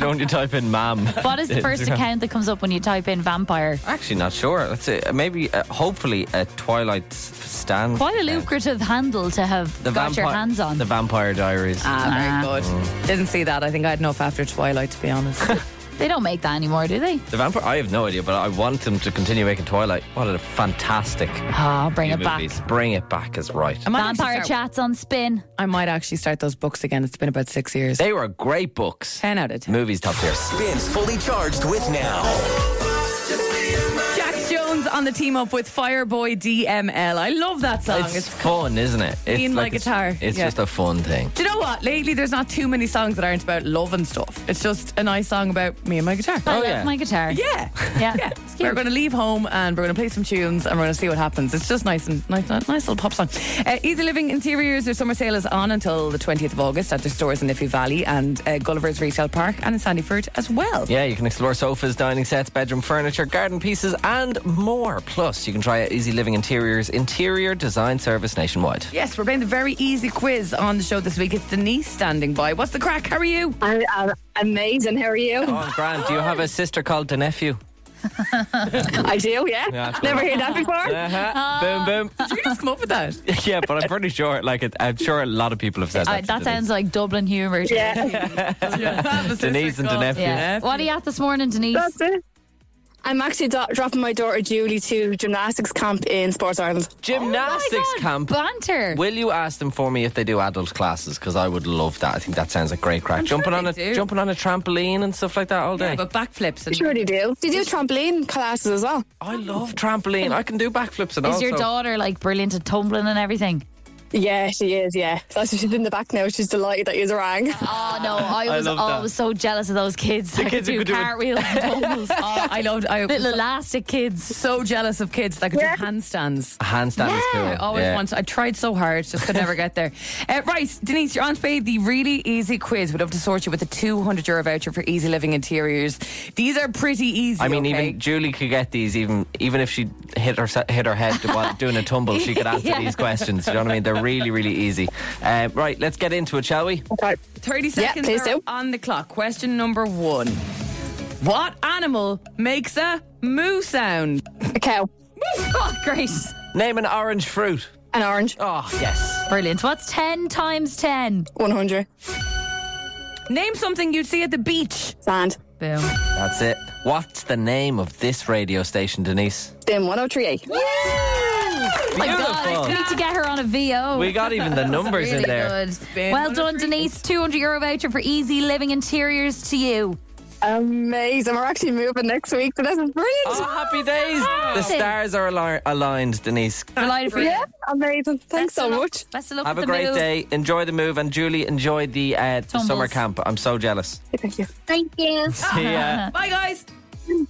Speaker 4: know when you type in ma'am?
Speaker 3: What is the first
Speaker 4: Instagram?
Speaker 3: account that comes up when you type in vampire?
Speaker 4: Actually, not sure. Let's see. Uh, Maybe, uh, hopefully, a Twilight stand.
Speaker 3: Quite a lucrative handle to have got your hands on. Ah.
Speaker 4: The Vampire Diaries.
Speaker 5: Ah, very good. Didn't see that. I think I had enough after Twilight, to be honest.
Speaker 3: They don't make that anymore, do they?
Speaker 4: The vampire. I have no idea, but I want them to continue making Twilight. What a fantastic
Speaker 3: Ah, bring
Speaker 4: few
Speaker 3: it back.
Speaker 4: movies. Bring it back is right.
Speaker 5: I might actually
Speaker 3: Vampire
Speaker 5: start-
Speaker 3: chats on spin.
Speaker 5: I might actually start those books again. It's been about six years.
Speaker 4: They were great books.
Speaker 5: 10 out of 10.
Speaker 4: Movies top tier.
Speaker 1: Spins fully charged with now.
Speaker 5: Jax Jones on the team up with Fireboy DML. I love that song.
Speaker 4: It's
Speaker 5: It's-
Speaker 4: fun, isn't it? It's
Speaker 5: Clean my
Speaker 4: it's-
Speaker 5: guitar.
Speaker 4: It's,
Speaker 5: Yeah.
Speaker 4: just a fun thing.
Speaker 5: do you know what? Lately, there's not too many songs that aren't about love and stuff. It's just a nice song about me and my guitar.
Speaker 3: I
Speaker 4: Oh,
Speaker 3: love
Speaker 4: yeah.
Speaker 3: my guitar.
Speaker 5: Yeah.
Speaker 3: Yeah.
Speaker 5: Yeah.
Speaker 3: It's cute.
Speaker 5: We're going to leave home and we're going to play some tunes and we're going to see what happens. It's just nice and nice, nice little pop song. Uh, Easy Living Interiors, their summer sale is on until the 20th of August at their stores in Iffy Valley and uh, Gulliver's Retail Park and in Sandyford as well.
Speaker 4: Yeah, you can explore sofas, dining sets, bedroom furniture, garden pieces, and more. Plus, you can try out Easy Living Interiors interior design service nationwide.
Speaker 5: Yes, we're playing the very easy quiz on the show this week. It's Denise standing by. What's the crack? How are you?
Speaker 8: I'm, I'm amazing. How are you?
Speaker 4: Oh, Grant, do you have a sister called the nephew?
Speaker 8: I do, yeah.
Speaker 4: Yeah, that's
Speaker 8: Never heard that before.
Speaker 4: Uh-huh. Boom, boom.
Speaker 5: Uh, Did you just come up with that?
Speaker 4: yeah, but I'm pretty sure. Like, it, I'm sure a lot of people have said
Speaker 3: Uh,
Speaker 4: that. to
Speaker 3: that
Speaker 4: Denise.
Speaker 3: sounds like Dublin humour. to me.
Speaker 8: Yeah,
Speaker 4: Denise and the nephew.
Speaker 3: Yeah. What are you at this morning, Denise?
Speaker 8: that's it. I'm actually do- dropping my daughter Julie to gymnastics camp in Sports Ireland.
Speaker 4: Gymnastics
Speaker 3: Oh my God,
Speaker 4: camp.
Speaker 3: Banter.
Speaker 4: Will you ask them for me if they do adult classes? Because I would love that. I think that sounds like great crack. jumping
Speaker 5: sure
Speaker 4: on
Speaker 5: they
Speaker 4: a
Speaker 5: do.
Speaker 4: jumping on a trampoline and stuff like that all day.
Speaker 5: Yeah, but backflips and
Speaker 8: Sure, they do. They do trampoline classes as well.
Speaker 4: I love trampoline. I can do backflips and all.
Speaker 3: Is your
Speaker 4: so-
Speaker 3: daughter like brilliant at tumbling and everything?
Speaker 8: Yeah, she is. Yeah, that's she's in the back now. She's delighted that you rang.
Speaker 3: Oh no, I was
Speaker 4: love that.
Speaker 3: always so jealous of those kids. that
Speaker 4: kids who
Speaker 3: could do
Speaker 4: could do it.
Speaker 3: cartwheels and tumbles.
Speaker 5: Oh, I loved. I
Speaker 3: Little elastic kids.
Speaker 5: so jealous of kids that could do handstands.
Speaker 4: A handstand is cool.
Speaker 5: I always
Speaker 4: Oh, Yeah.
Speaker 5: wanted. I tried so hard, just could never get there. Uh, right, Denise, you're on to play the really easy quiz. We'd love to sort you with a 200 euro voucher for Easy Living Interiors. These are pretty easy.
Speaker 4: I mean,
Speaker 5: okay?
Speaker 4: even Julie could get these. Even even if she hit her hit her head while doing a tumble, she could answer
Speaker 3: Yeah.
Speaker 4: these questions. You know what I mean? They're really really easy. Uh, right, let's get into it, shall we?
Speaker 5: 30 seconds
Speaker 8: please
Speaker 5: are
Speaker 8: do.
Speaker 5: on the clock. Question number one: What animal makes a moo sound?
Speaker 8: A cow,
Speaker 3: Oh, great.
Speaker 4: Name an orange fruit.
Speaker 8: an orange,
Speaker 4: Oh yes,
Speaker 3: Brilliant. What's 10 times 10?
Speaker 8: 100,
Speaker 5: Name something you'd see at the beach.
Speaker 8: sand,
Speaker 3: Boom.
Speaker 4: that's it. What's the name of this radio station, Denise?
Speaker 8: dim 1038.
Speaker 3: My God, we need to get her on a VO.
Speaker 4: We got even the numbers
Speaker 3: Really
Speaker 4: in there.
Speaker 3: good.
Speaker 5: Been
Speaker 3: well
Speaker 5: on a
Speaker 3: done,
Speaker 5: treat.
Speaker 3: Denise. 200 euro voucher for easy living interiors to you.
Speaker 8: Amazing. We're actually moving next week, so this is brilliant.
Speaker 4: Oh, happy days! The stars are ali- aligned, Denise.
Speaker 3: Delighted for you.
Speaker 8: yeah, amazing. Thanks
Speaker 3: Best
Speaker 8: so
Speaker 3: of luck-
Speaker 8: much.
Speaker 3: Best of luck
Speaker 4: Have
Speaker 3: with
Speaker 4: a
Speaker 3: the
Speaker 4: great
Speaker 3: move.
Speaker 4: day. Enjoy the move, and Julie, enjoy the, uh, the
Speaker 3: Tumbles.
Speaker 4: summer camp. I'm so jealous. uh,
Speaker 8: Thank you.
Speaker 4: See ya.
Speaker 5: Bye, guys.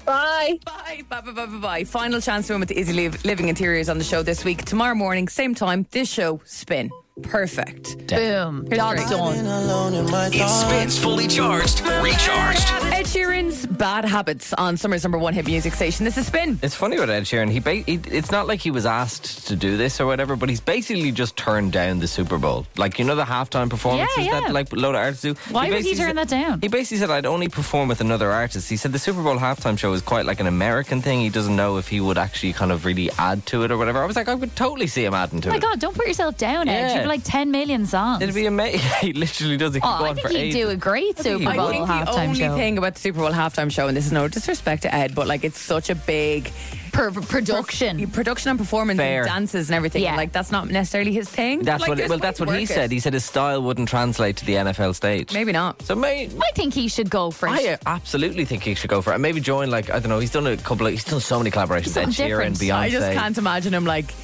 Speaker 8: Bye.
Speaker 5: Bye, bye, bye, bye, bye, bye. Final chance to win with the Easy Liv- Living Interiors on the show this week. Tomorrow morning, same time, this show, Spin. Perfect.
Speaker 3: Boom. Job's done.
Speaker 1: It's spins fully charged, recharged.
Speaker 5: Ed Sheeran's Bad Habits on Summer's number one hit music station. This is Spin.
Speaker 4: It's funny with Ed Sheeran. He, ba- he it's not like he was asked to do this or whatever, but he's basically just turned down the Super Bowl. Like you know the halftime performances
Speaker 3: Yeah, yeah.
Speaker 4: that like a load of artists do.
Speaker 3: Why would he
Speaker 4: basically
Speaker 3: turn
Speaker 4: said-
Speaker 3: that down?
Speaker 4: He basically said I'd only perform with another artist. He said the Super Bowl halftime show is quite like an American thing. He doesn't know if he would actually kind of really add to it or whatever. I was like, I would totally see him adding to
Speaker 3: Oh my
Speaker 4: it.
Speaker 3: God, don't put yourself down, Ed.
Speaker 4: Yeah.
Speaker 3: You've like 10 million songs.
Speaker 4: It'd be amazing. he literally does. He could
Speaker 3: oh,
Speaker 4: go
Speaker 3: I
Speaker 4: on
Speaker 3: think
Speaker 4: for
Speaker 3: he'd do
Speaker 4: ages.
Speaker 3: a great
Speaker 4: he
Speaker 3: Super
Speaker 4: would.
Speaker 5: I
Speaker 3: Bowl
Speaker 5: think the
Speaker 3: halftime
Speaker 5: only
Speaker 3: show.
Speaker 5: thing about the Super Bowl halftime show, and this is no disrespect to Ed, but like it's such a big
Speaker 3: Per- production.
Speaker 5: production and performance
Speaker 4: Fair.
Speaker 5: and dances and everything.
Speaker 3: Yeah.
Speaker 5: Like that's not necessarily his thing.
Speaker 4: That's
Speaker 5: Like,
Speaker 4: what.
Speaker 5: there's
Speaker 4: Well,
Speaker 5: ways
Speaker 4: that's
Speaker 5: to
Speaker 4: what he
Speaker 5: work it.
Speaker 4: said. He said his style wouldn't translate to the NFL stage.
Speaker 5: Maybe not.
Speaker 4: So may,
Speaker 3: I think he should go for it.
Speaker 4: I uh, absolutely think he should go for it. And Maybe join like I don't know. He's done a couple. of He's done so many collaborations. Ed
Speaker 3: Something
Speaker 4: Sheeran,
Speaker 3: different.
Speaker 4: Beyonce.
Speaker 5: I just can't imagine him like,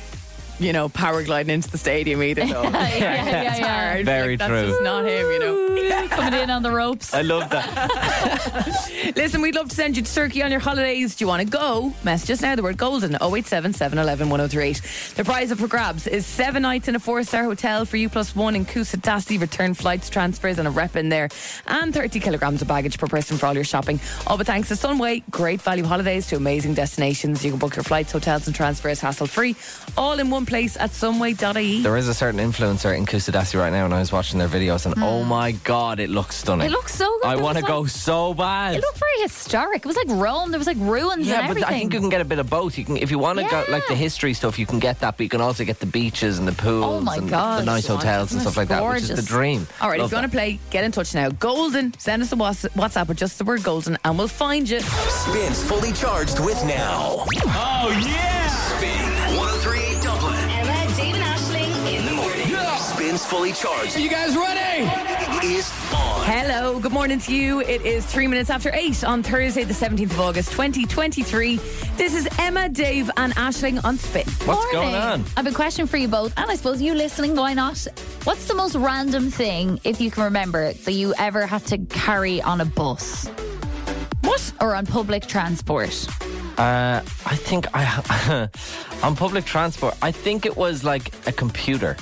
Speaker 5: you know, power gliding into the stadium either. Though.
Speaker 3: yeah, yeah, yeah, yeah.
Speaker 5: Hard.
Speaker 4: Very
Speaker 5: Like, that's
Speaker 4: true.
Speaker 5: just not him, you know.
Speaker 3: Coming in on the ropes.
Speaker 4: I love that.
Speaker 5: Listen, we'd love to send you to Turkey on your holidays. Do you want to go? Message us now. The word golden 087 711 1038. The prize up for grabs is seven nights in a four star hotel for you plus one in Kusadasi, return flights, transfers, and a rep in there, and 30 kilograms of baggage per person for all your shopping. All but thanks to Sunway, great value holidays to amazing destinations. You can book your flights, hotels, and transfers hassle free, all in one place at someway.ie.
Speaker 4: There is a certain influencer in Kusadasi right now, and I was watching their videos, and oh my god, it looks stunning.
Speaker 3: It looks so good.
Speaker 4: I
Speaker 3: There
Speaker 4: want to
Speaker 3: was,
Speaker 4: go
Speaker 3: like-
Speaker 4: so bad.
Speaker 3: It looked very historic. It was like Rome. There was like ruins
Speaker 4: yeah,
Speaker 3: and
Speaker 4: but
Speaker 3: everything.
Speaker 4: I think you can get a bit of both. You can, if you want to go like the
Speaker 3: Yeah.
Speaker 4: history stuff, you can get that, but you can also get the beaches and the pools,
Speaker 3: Oh my
Speaker 4: and
Speaker 3: God.
Speaker 4: the nice hotels
Speaker 3: Isn't
Speaker 4: and stuff
Speaker 3: it
Speaker 4: like that, which is the
Speaker 3: gorgeous?
Speaker 4: dream.
Speaker 5: All right,
Speaker 4: Love
Speaker 5: if you want
Speaker 4: that.
Speaker 5: to play, get in touch now. Golden, send us a whats- WhatsApp with just the word golden and we'll find you.
Speaker 1: Spins fully charged with now. Oh yeah! Spin 1038 Dublin.
Speaker 2: Emma, David, Ashling in the morning.
Speaker 1: Spins fully charged. Are you guys ready? Is on.
Speaker 5: Hello, good morning to you. It is three minutes after eight on Thursday, the 17th of August, 2023. This is Emma, Dave, and Ashling on Spin.
Speaker 4: What's
Speaker 3: Morning.
Speaker 4: going on?
Speaker 3: I have a question for you both, and I suppose you listening, why not? What's the most random thing, if you can remember, it, that you ever had to carry on a bus? What? Or on public transport?
Speaker 4: Uh, I think I on public transport. I think it was like a computer,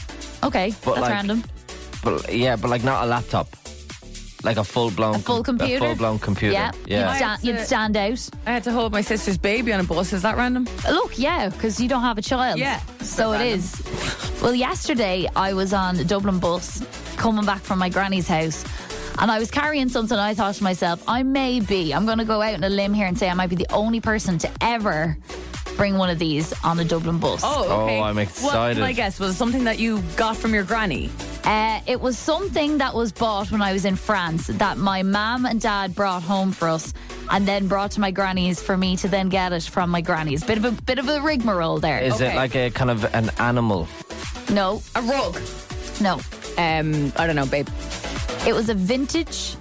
Speaker 3: Okay, that's
Speaker 4: like,
Speaker 3: random.
Speaker 4: but yeah, but like not a laptop, like a full blown,
Speaker 3: A full computer?
Speaker 4: full blown computer.
Speaker 3: Yeah,
Speaker 4: yeah.
Speaker 3: You'd, sta- you'd stand out.
Speaker 5: I had to hold my sister's baby on a bus. Is that random?
Speaker 3: Look, yeah, because you don't have a child.
Speaker 5: Yeah,
Speaker 3: So
Speaker 5: but
Speaker 3: it
Speaker 5: random.
Speaker 3: is. Well, yesterday I was on the Dublin bus coming back from my granny's house. And I was carrying something. I thought to myself, I may be, I'm going to go out on a limb here and say I might be the only person to ever bring one of these on a Dublin bus.
Speaker 5: Oh, okay.
Speaker 4: Oh, I'm
Speaker 5: What,
Speaker 4: excited.
Speaker 5: my guess was it something that you got from your granny.
Speaker 3: Uh, it was something that was bought when I was in France that my mum and dad brought home for us and then brought to my granny's for me to then get it from my granny's. Bit of a bit of a rigmarole there.
Speaker 4: Is it
Speaker 5: Okay.
Speaker 4: like a kind of an animal?
Speaker 3: no,
Speaker 5: A rug.
Speaker 3: no.
Speaker 5: Um, I don't know, babe.
Speaker 3: It was a vintage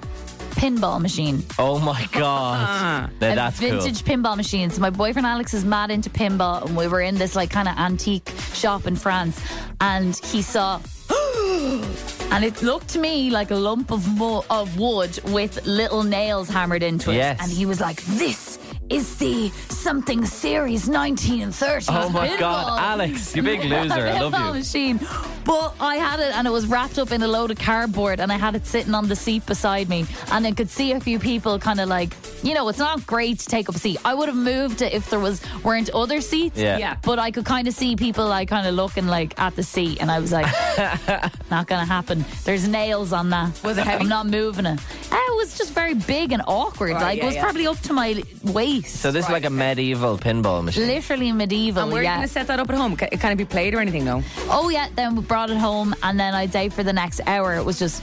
Speaker 3: pinball machine.
Speaker 4: Oh my god! now
Speaker 3: a
Speaker 4: that's cool.
Speaker 3: vintage pinball machine. So my boyfriend Alex is mad into pinball, and we were in this like kind of antique shop in France, and he saw. And it looked to me like a lump of mo- of wood with little nails hammered into it.
Speaker 4: Yes.
Speaker 3: And he was like, "This is the something series 1930s
Speaker 4: Oh my
Speaker 3: pinball
Speaker 4: god, Alex, you big loser! I
Speaker 3: pinball
Speaker 4: love you.
Speaker 3: machine. But I had it and it was wrapped up in a load of cardboard and I had it sitting on the seat beside me and I could see a few people kind of like, you know, it's not great to take up a seat. I would have moved it if there was weren't other seats.
Speaker 4: Yeah.
Speaker 5: Yeah.
Speaker 3: But I could kind of see people like kind of looking like at the seat and I was like, not gonna happen. There's nails on that.
Speaker 5: Was it heavy?
Speaker 3: I'm not moving it. Uh, It was just very big and awkward.
Speaker 5: Right,
Speaker 3: like
Speaker 5: yeah,
Speaker 3: it was
Speaker 5: yeah.
Speaker 3: probably up to my waist.
Speaker 4: So this is like a medieval pinball machine.
Speaker 3: Literally medieval.
Speaker 5: And where are you
Speaker 3: yeah.
Speaker 5: going to set that up at home? Can, can it be played or anything? No.
Speaker 3: Oh yeah, then we brought it home, and then I'd say for the next hour it was just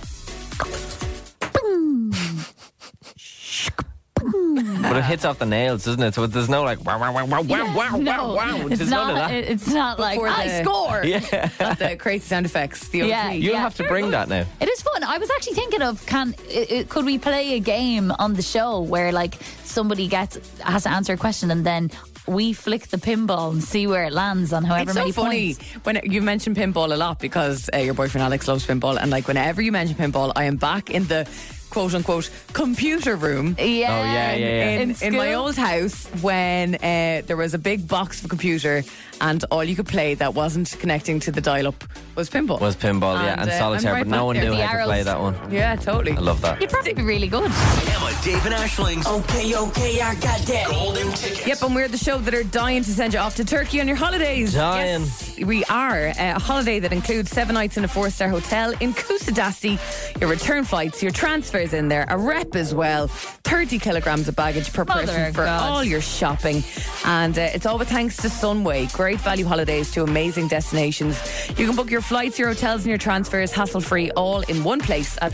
Speaker 4: But it hits off the nails, doesn't it? So there's no like wow, wow, wow, wow, wow, wow, wow, wow.
Speaker 3: It's
Speaker 4: There's none of
Speaker 3: not.
Speaker 4: that.
Speaker 3: it- It's not like
Speaker 5: Before
Speaker 3: I
Speaker 5: the-
Speaker 3: score.
Speaker 5: Not the crazy sound effects. The
Speaker 3: Yeah.
Speaker 5: OT.
Speaker 4: You'll
Speaker 3: yeah.
Speaker 4: have to bring that now.
Speaker 3: It is fun. I was actually thinking of can it, it, could we play a game on the show where like somebody gets has to answer a question and then we flick the pinball and see where it lands on however
Speaker 5: It's so
Speaker 3: many
Speaker 5: funny
Speaker 3: points.
Speaker 5: when it- you mention pinball a lot because uh, your boyfriend Alex loves pinball, and like whenever you mention pinball, I am back in the quote unquote computer room.
Speaker 3: Yeah.
Speaker 4: yeah, yeah, yeah.
Speaker 5: In, in my
Speaker 3: school.
Speaker 5: old house, when uh, there was a big box of computer, and all you could play that wasn't connecting to the dial-up was pinball.
Speaker 4: Was pinball, yeah, and
Speaker 5: uh,
Speaker 4: solitaire,
Speaker 5: I'm right
Speaker 4: but no
Speaker 5: back
Speaker 4: one
Speaker 5: there.
Speaker 4: knew
Speaker 3: The
Speaker 4: how to play
Speaker 3: arrows.
Speaker 4: that one.
Speaker 5: Yeah, totally.
Speaker 4: I love that.
Speaker 3: You'd probably be really good.
Speaker 1: Emma, Dave, and Ashling's. Okay, okay, I got that. Golden ticket.
Speaker 5: Yep, and we're the show that are dying to send you off to Turkey on your holidays.
Speaker 4: Dying.
Speaker 5: Yes, we are. Uh, a holiday that includes seven nights in a four star hotel in Kusadasi, your return flights, your transfers in there, a rep as well, 30 kilograms of baggage per
Speaker 3: Mother
Speaker 5: person
Speaker 3: of
Speaker 5: for
Speaker 3: God.
Speaker 5: all your shopping. And uh, it's all with thanks to Sunway. Great value holidays to amazing destinations. You can book your flights, your hotels, and your transfers hassle free all in one place at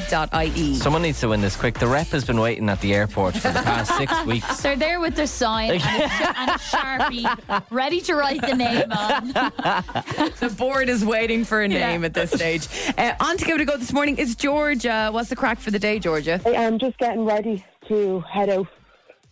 Speaker 5: sunway.ie.
Speaker 4: Someone needs to win this quick. The rep has been waiting at the airport for the past six weeks.
Speaker 3: They're there with their sign and, a, and a sharpie, ready to write the name on.
Speaker 5: The board is waiting for a name
Speaker 3: Yeah.
Speaker 5: at this stage. Uh, on to give it a go this morning is Georgia. What's the crack for the day, Georgia?
Speaker 9: I'm just getting ready to head out.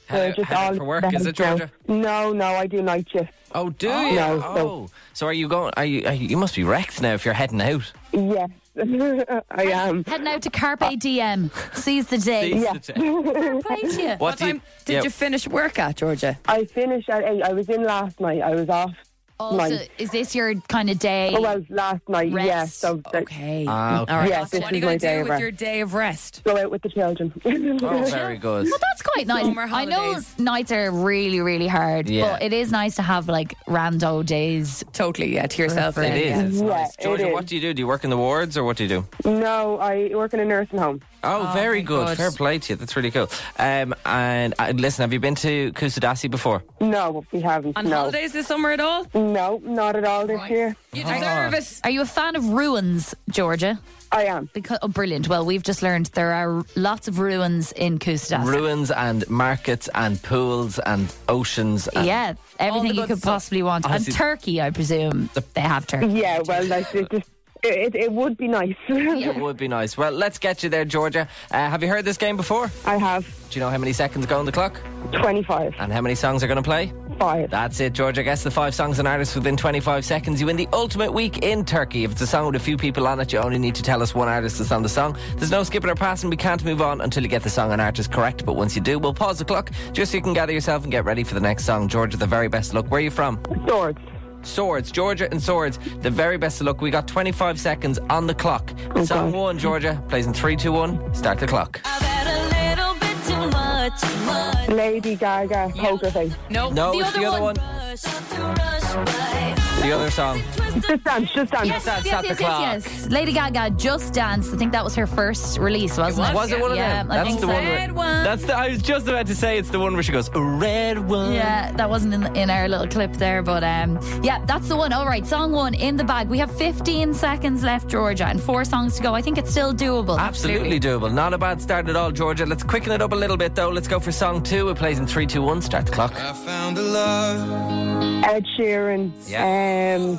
Speaker 4: Head out- head out for work, is it, Georgia?
Speaker 9: No, no, I do night shift.
Speaker 4: Oh, do
Speaker 9: Oh.
Speaker 4: you?
Speaker 9: No,
Speaker 4: oh,
Speaker 9: no.
Speaker 4: so are you going? Are you, are you? You must be wrecked now if you're heading out.
Speaker 9: Yes, I am.
Speaker 3: Heading out to Carpe Diem. Seize the day.
Speaker 4: Yeah.
Speaker 3: Play to you.
Speaker 5: What time did you finish work at, Georgia?
Speaker 9: I finished at eight. I was in last night. I was off
Speaker 3: Oh,
Speaker 9: mine.
Speaker 3: so is this your kind of day?
Speaker 9: Oh, well, last night, yes. yeah.
Speaker 3: Rest.
Speaker 9: So that-
Speaker 5: Okay.
Speaker 4: Ah, okay.
Speaker 5: All right.
Speaker 9: Yeah, this
Speaker 5: what are
Speaker 9: is
Speaker 5: you
Speaker 9: my
Speaker 5: going
Speaker 9: day
Speaker 5: to do
Speaker 9: of
Speaker 5: with
Speaker 9: rest.
Speaker 5: your day of rest?
Speaker 9: go out with the children.
Speaker 4: Oh, very good.
Speaker 3: Well, that's quite nice.
Speaker 5: Summer
Speaker 3: I know
Speaker 5: holidays.
Speaker 3: nights are really, really hard,
Speaker 4: Yeah.
Speaker 3: but it is nice to have like rando days.
Speaker 5: Totally. Yeah. To yourself.
Speaker 4: It
Speaker 5: then, yeah.
Speaker 4: is. It's
Speaker 9: Yeah,
Speaker 4: nice.
Speaker 9: it
Speaker 4: Georgia,
Speaker 9: is.
Speaker 4: what do you do? Do you work in the wards or what do you do?
Speaker 9: no, I work in a nursing home.
Speaker 4: Oh, very
Speaker 5: my
Speaker 4: good.
Speaker 5: God.
Speaker 4: Fair play to you. That's really cool. Um, and uh, listen, have you been to Kusadasi before?
Speaker 9: No, we haven't.
Speaker 5: On
Speaker 9: no.
Speaker 5: holidays this summer at all?
Speaker 9: No, not at all this year.
Speaker 5: You deserve it.
Speaker 3: Are you a fan of ruins, Georgia?
Speaker 9: I am.
Speaker 3: Because, oh, brilliant. Well, we've just learned there are lots of ruins in Kustas.
Speaker 4: Ruins and markets and pools and oceans. And
Speaker 3: yeah, everything you
Speaker 5: good
Speaker 3: could
Speaker 5: stuff.
Speaker 3: possibly want.
Speaker 4: Honestly-
Speaker 3: And Turkey, I presume. They have Turkey.
Speaker 9: Yeah, well, like, it, just, it, it would be nice.
Speaker 4: It would be nice. Well, let's get you there, Georgia. Uh, have you heard this game before?
Speaker 9: I have
Speaker 4: Do you know how many seconds go on the clock
Speaker 9: 25.
Speaker 4: and how many songs are going to play?
Speaker 9: Five.
Speaker 4: That's it, Georgia. Guess the five songs and artists within 25 seconds. You win the ultimate week in Turkey. If it's a song with a few people on it, you only need to tell us one artist that's on the song. There's no skipping or passing. We can't move on until you get the song and artist correct. But once you do, we'll pause the clock just so you can gather yourself and get ready for the next song. Georgia, the very best of luck. Where are you from?
Speaker 9: Swords.
Speaker 4: Swords. Georgia and Swords, the very best of luck. We got 25 seconds on the clock. Song one, Georgia, plays in three, two, one. Start the clock.
Speaker 9: Lady Gaga, Poker Face.
Speaker 5: No.
Speaker 4: No, it's the other one. The other song.
Speaker 9: Just dance, just dance.
Speaker 3: Yes,
Speaker 4: That's
Speaker 3: yes, yes,
Speaker 4: not the
Speaker 3: yes,
Speaker 4: clock.
Speaker 3: yes. Lady Gaga, Just Dance. I think that was her first release, wasn't it?
Speaker 4: Was it one of
Speaker 3: yeah,
Speaker 4: them?
Speaker 3: I
Speaker 4: That's
Speaker 3: think
Speaker 4: the
Speaker 3: so.
Speaker 4: one. Where,
Speaker 5: Red one.
Speaker 4: That's the. I was just about to say it's the one where she goes a red one.
Speaker 3: Yeah, that wasn't in, in our little clip there, but um, yeah, that's the one. All right, song one in the bag. We have 15 seconds left, Georgia, and four songs to go. I think it's still doable.
Speaker 4: Absolutely doable. Not a bad start at all, Georgia. Let's quicken it up a little bit though. Let's go for song two. It plays in three, two, one. Start the clock.
Speaker 9: Ed Sheeran.
Speaker 4: Yeah.
Speaker 9: Um,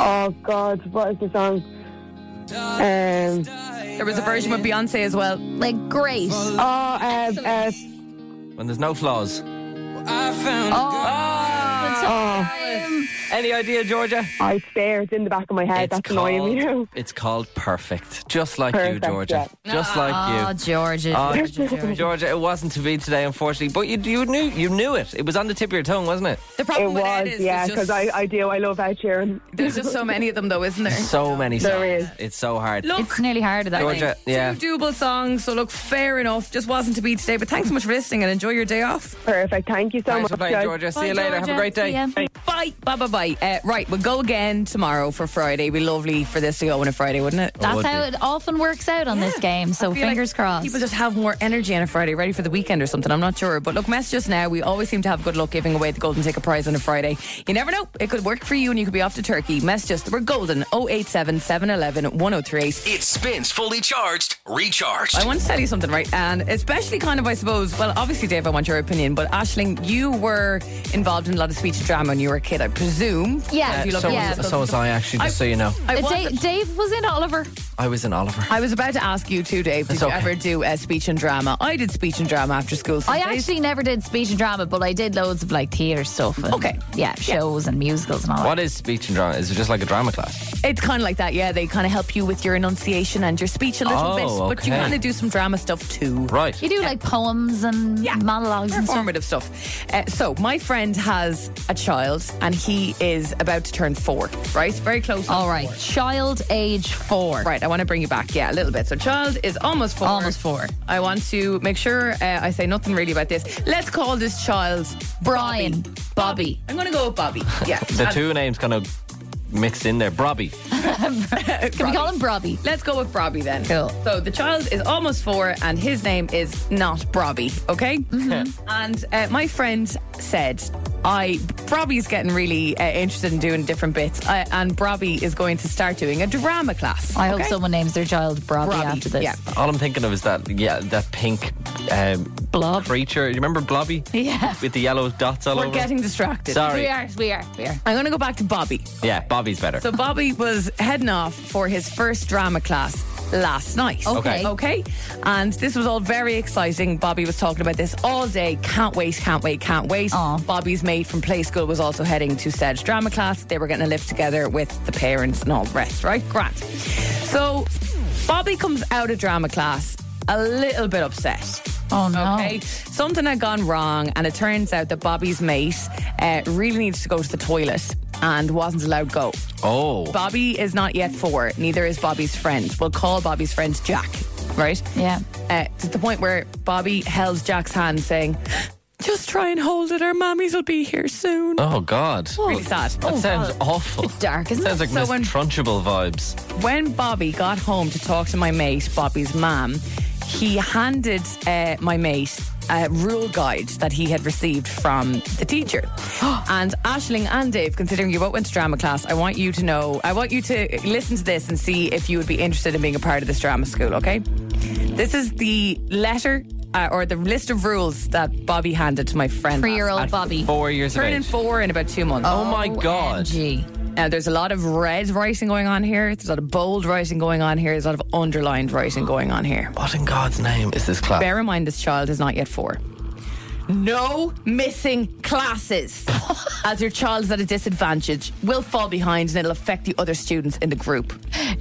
Speaker 9: oh, God, what is the song? Um,
Speaker 5: There was a version with Beyonce as well.
Speaker 3: Like, great.
Speaker 9: oh, uh, uh,
Speaker 4: When there's no flaws. Any idea, Georgia?
Speaker 9: I stare, it's in the back of my head. That's annoying me now.
Speaker 4: It's called perfect. Just like
Speaker 9: Perfect,
Speaker 4: you, Georgia. Just like
Speaker 3: Oh,
Speaker 4: you.
Speaker 3: Georgia.
Speaker 4: Oh,
Speaker 3: Georgia, Georgia.
Speaker 4: Georgia, it wasn't to be today, unfortunately. But you, you knew you knew it. It was on the tip of your tongue, wasn't it?
Speaker 5: The
Speaker 9: It
Speaker 5: problem with Ed
Speaker 9: was,
Speaker 5: is
Speaker 9: yeah,
Speaker 5: there's
Speaker 9: because
Speaker 5: just-
Speaker 9: I, I do. I love Ed Sheeran.
Speaker 5: there's just so many of them though, isn't there?
Speaker 4: So many songs.
Speaker 9: There is.
Speaker 4: It's so hard.
Speaker 5: Look,
Speaker 3: It's nearly harder that way.
Speaker 4: Georgia, yeah.
Speaker 5: Two doable songs, so look, fair enough. Just wasn't to be today, but thanks so much for listening and enjoy your day off.
Speaker 9: Perfect. Thank you so
Speaker 4: Thanks
Speaker 9: much.
Speaker 4: for playing,
Speaker 9: guys.
Speaker 4: Georgia. See
Speaker 3: Bye,
Speaker 4: you later. Have a
Speaker 3: Georgia.
Speaker 4: great
Speaker 3: See
Speaker 4: day.
Speaker 3: ya.
Speaker 5: Bye, bye, bye, bye. Uh, right, we'll go again tomorrow for Friday. It'd be lovely for this to go on a Friday, wouldn't it?
Speaker 4: would
Speaker 3: That's how it
Speaker 4: be.
Speaker 3: often works out on this game. So
Speaker 5: I feel like
Speaker 3: fingers crossed.
Speaker 5: People just have more energy on a Friday, ready for the weekend or something. I'm not sure. But look, message us now. We always seem to have good luck giving away the Golden Ticket Prize on a Friday. You never know. It could work for you and you could be off to Turkey. Message us. We're golden 087 711 1038.
Speaker 1: It spins fully charged, recharged.
Speaker 5: I want to tell you something, right? And especially kind of, I suppose, well, obviously, Dave, I want your opinion, but Ashling, you were involved in a lot of speech drama when you were a kid, I presume.
Speaker 3: Yeah.
Speaker 5: If you look
Speaker 3: So
Speaker 5: at
Speaker 3: was-
Speaker 5: yourself.
Speaker 4: so was I, actually, just so you know.
Speaker 5: I
Speaker 3: Uh,
Speaker 5: was,
Speaker 3: Da- Dave was in Oliver.
Speaker 4: I was in Oliver.
Speaker 5: I was about to ask you too, Dave. Did
Speaker 4: It's
Speaker 5: you
Speaker 4: okay.
Speaker 5: ever do a speech and drama? I did speech and drama after school. some
Speaker 3: I
Speaker 5: days.
Speaker 3: actually never did speech and drama, but I did loads of like theatre stuff. And,
Speaker 5: Okay.
Speaker 3: Yeah, shows and musicals and all
Speaker 4: What is speech and drama? Is it just like a drama class?
Speaker 5: It's kind of like that, yeah. They kind of help you with your enunciation and your speech a little
Speaker 4: Oh,
Speaker 5: bit, but you
Speaker 4: okay.
Speaker 5: kind of do some drama stuff too.
Speaker 4: Right.
Speaker 3: that. You do like poems and monologues and stuff.
Speaker 5: Performative stuff. Uh, so, my friend has a child and he is about to turn four, right? Very close. on
Speaker 3: All right,
Speaker 5: four.
Speaker 3: child age four.
Speaker 5: Right, I want to bring you back, yeah, a little bit. So, child is almost four.
Speaker 3: Almost four.
Speaker 5: I want to make sure uh, I say nothing really about this. Let's call this child
Speaker 3: Brian, Bobby.
Speaker 5: I'm going to go with Bobby. Yeah.
Speaker 4: The
Speaker 5: And
Speaker 4: two names kind of mixed in there. Brobby.
Speaker 3: Can we call him Brobby?
Speaker 5: Let's go with Brobby then.
Speaker 3: Cool.
Speaker 5: So the child is almost four, and his name is not Brobby. Okay. and uh, my friend said, "I Brobby's getting really uh, interested in doing different bits, uh, and Brobby is going to start doing a drama class."
Speaker 3: I hope
Speaker 5: okay?
Speaker 3: someone names their child Brobby,
Speaker 5: Brobby,
Speaker 3: after this.
Speaker 5: yeah.
Speaker 4: All I'm thinking of is that yeah, that pink um,
Speaker 3: Blob.
Speaker 4: creature. You remember Blobby?
Speaker 3: Yeah.
Speaker 4: With the yellow dots all
Speaker 5: We're
Speaker 4: over.
Speaker 5: getting distracted.
Speaker 4: Sorry.
Speaker 3: We are, we are, we are.
Speaker 5: I'm going to go back to Bobby.
Speaker 4: Yeah, Bobby's better.
Speaker 5: So Bobby was heading off for his first drama class last night.
Speaker 3: Okay.
Speaker 5: Okay. And this was all very exciting. Bobby was talking about this all day. Can't wait, can't wait, can't wait.
Speaker 3: Aw.
Speaker 5: Bobby's mate from play school was also heading to said drama class. They were getting a lift together with the parents and all the rest, right? Grant. So Bobby comes out of drama class a little bit upset.
Speaker 3: Oh no.
Speaker 5: Okay. Something had gone wrong, and it turns out that Bobby's mate uh, really needs to go to the toilet. and wasn't allowed go.
Speaker 4: Oh.
Speaker 5: Bobby is not yet four, neither is Bobby's friend. We'll call Bobby's friend Jack, right?
Speaker 3: Yeah.
Speaker 5: Uh, to the point where Bobby held Jack's hand, saying, Just try and hold it, our mammies will be here soon.
Speaker 4: Oh, God.
Speaker 5: Really sad.
Speaker 4: That sounds awful.
Speaker 3: Oh, Dark, isn't
Speaker 4: Sounds
Speaker 3: it?
Speaker 4: like
Speaker 5: So
Speaker 4: Miss
Speaker 5: when-
Speaker 4: Trunchable vibes.
Speaker 5: When Bobby got home to talk to my mate, Bobby's mum, he handed uh, my mate a rule guide that he had received from the teacher. and Ashling and Dave, considering you both went to drama class, I want you to know, I want you to listen to this and see if you would be interested in being a part of this drama school, okay? This is the letter uh, or the list of rules that Bobby handed to my friend.
Speaker 3: Three year
Speaker 5: last-
Speaker 3: old Bobby.
Speaker 4: Four years of
Speaker 5: Turning
Speaker 4: age.
Speaker 5: four in about two months.
Speaker 4: Oh, my God.
Speaker 3: OMG.
Speaker 5: Now, Uh, there's a lot of red writing going on here. There's a lot of bold writing going on here. There's a lot of underlined writing going on here.
Speaker 4: What in God's name is this class?
Speaker 5: Bear in mind, this child is not yet four. No missing classes, as your child is at a disadvantage, will fall behind and it'll affect the other students in the group.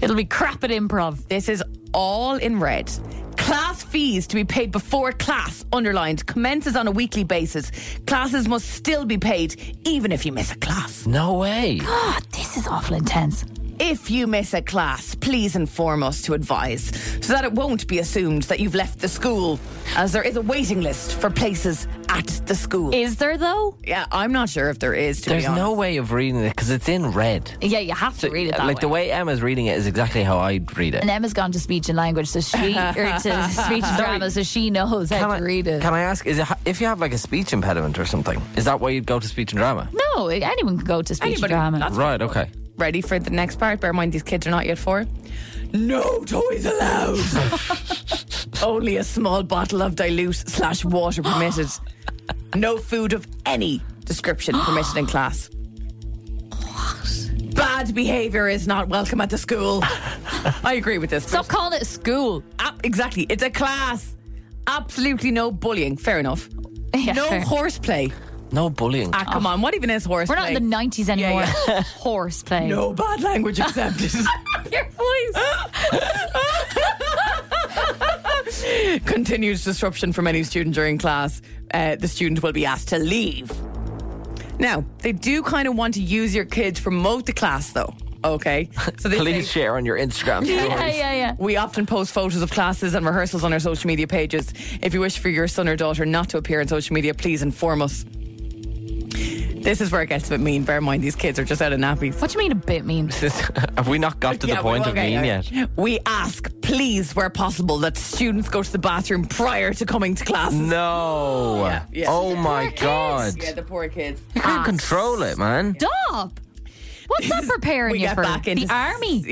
Speaker 3: It'll be crap at improv.
Speaker 5: This is all in red. Class fees to be paid before class, underlined, commences on a weekly basis. Classes must still be paid, even if you miss a class.
Speaker 4: no way.
Speaker 3: God, Ah, this is awful intense.
Speaker 5: If you miss a class, please inform us to advise so that it won't be assumed that you've left the school, as there is a waiting list for places at the school.
Speaker 3: Is there though?
Speaker 5: yeah, I'm not sure if there is, to
Speaker 4: There's
Speaker 5: be honest.
Speaker 4: no way of reading it because it's in red.
Speaker 3: Yeah, you have to read it that
Speaker 4: like
Speaker 3: way.
Speaker 4: the way Emma's reading it is exactly how I'd read it.
Speaker 3: and Emma's gone to speech and language, so she or to speech and drama, so she knows how to read it.
Speaker 4: Can I ask? Is it if you have like a speech impediment or something? Is that why you'd go to speech and drama?
Speaker 3: no, anyone can go to speech
Speaker 5: Anybody,
Speaker 3: and drama.
Speaker 5: that's-
Speaker 4: Right. Okay.
Speaker 5: Ready for the next part? Bear in mind, these kids are not yet four. No toys allowed. Only a small bottle of dilute slash water permitted. No food of any description permitted in class. What? Bad behaviour is not welcome at the school. I agree with this.
Speaker 3: Stop calling it school.
Speaker 5: Ab- exactly. It's a class. Absolutely no bullying. Fair enough.
Speaker 3: Yeah,
Speaker 5: no
Speaker 3: fair. Oh.
Speaker 5: horseplay.
Speaker 4: No bullying.
Speaker 5: Ah, come on. What even is
Speaker 3: We're
Speaker 5: horseplay?
Speaker 3: not in the nineties anymore. Horseplay.
Speaker 5: No bad language accepted. Your voice. Continued disruption from any student during class. Uh, the student will be asked to leave. Now, they do kind of want to use your kid to promote the class, though. Okay. So they
Speaker 4: Please
Speaker 5: say,
Speaker 4: share on your Instagram stories.
Speaker 3: Yeah, yeah, yeah.
Speaker 5: we often post photos of classes and rehearsals on our social media pages. If you wish for your son or daughter not to appear on social media, please inform us. This is where it gets a bit mean. Bear in mind, these kids are just out of nappies.
Speaker 3: What do you mean a bit mean?
Speaker 4: have we not got to
Speaker 5: Yeah,
Speaker 4: the point
Speaker 5: well,
Speaker 4: of
Speaker 5: okay,
Speaker 4: mean
Speaker 5: yeah.
Speaker 4: yet?
Speaker 5: We ask, please, where possible, that students go to the bathroom prior to coming to class.
Speaker 4: No.
Speaker 5: yeah.
Speaker 4: Oh my God.
Speaker 5: the poor kids.
Speaker 4: You can't control it, man.
Speaker 3: Ah, Stop. What's that preparing
Speaker 5: We
Speaker 3: you
Speaker 5: get
Speaker 3: for?
Speaker 5: back into
Speaker 3: the army.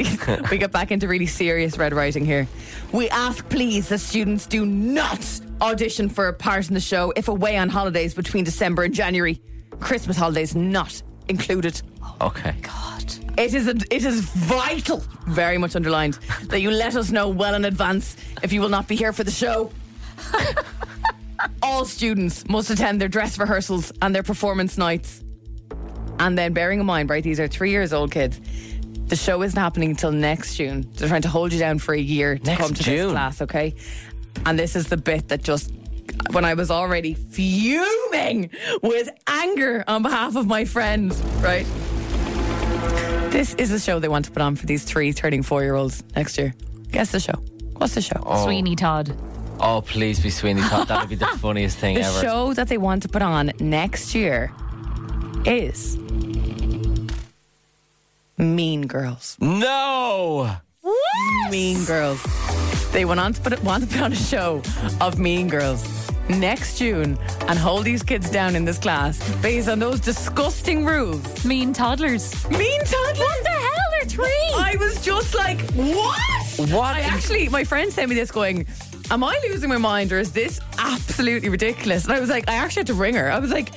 Speaker 5: we get back into really serious red writing here. We ask, please, that students do not audition for a part in the show if away on holidays between December and January. Christmas holidays not included.
Speaker 4: Okay.
Speaker 3: Oh, God.
Speaker 5: It is a, it is vital, very much underlined, that you let us know well in advance if you will not be here for the show. All students must attend their dress rehearsals and their performance nights. And then, bearing in mind, right, these are three years old kids. The show isn't happening until next June. They're trying to hold you down for a year to
Speaker 4: Next
Speaker 5: come to
Speaker 4: June.
Speaker 5: this class, okay? And this is the bit that just, when I was already fuming with anger on behalf of my friend, right? This is the show they want to put on for these three turning four year olds next year. Guess the show. What's the show?
Speaker 3: Sweeney Todd.
Speaker 4: Oh, please be Sweeney Todd. That'd be the funniest thing
Speaker 5: the
Speaker 4: ever.
Speaker 5: show that they want to put on next year is Mean Girls.
Speaker 4: No.
Speaker 5: Mean Girls. They went on to put want to put on a show of Mean Girls next June and hold these kids down in this class based on those disgusting rules.
Speaker 3: Mean toddlers.
Speaker 5: Mean toddlers.
Speaker 3: What the hell? They're three.
Speaker 5: I was just like, what?
Speaker 4: What
Speaker 5: I
Speaker 4: is-
Speaker 5: actually, my friend sent me this going, am I losing my mind or is this absolutely ridiculous? And I was like, I actually had to ring her. I was like,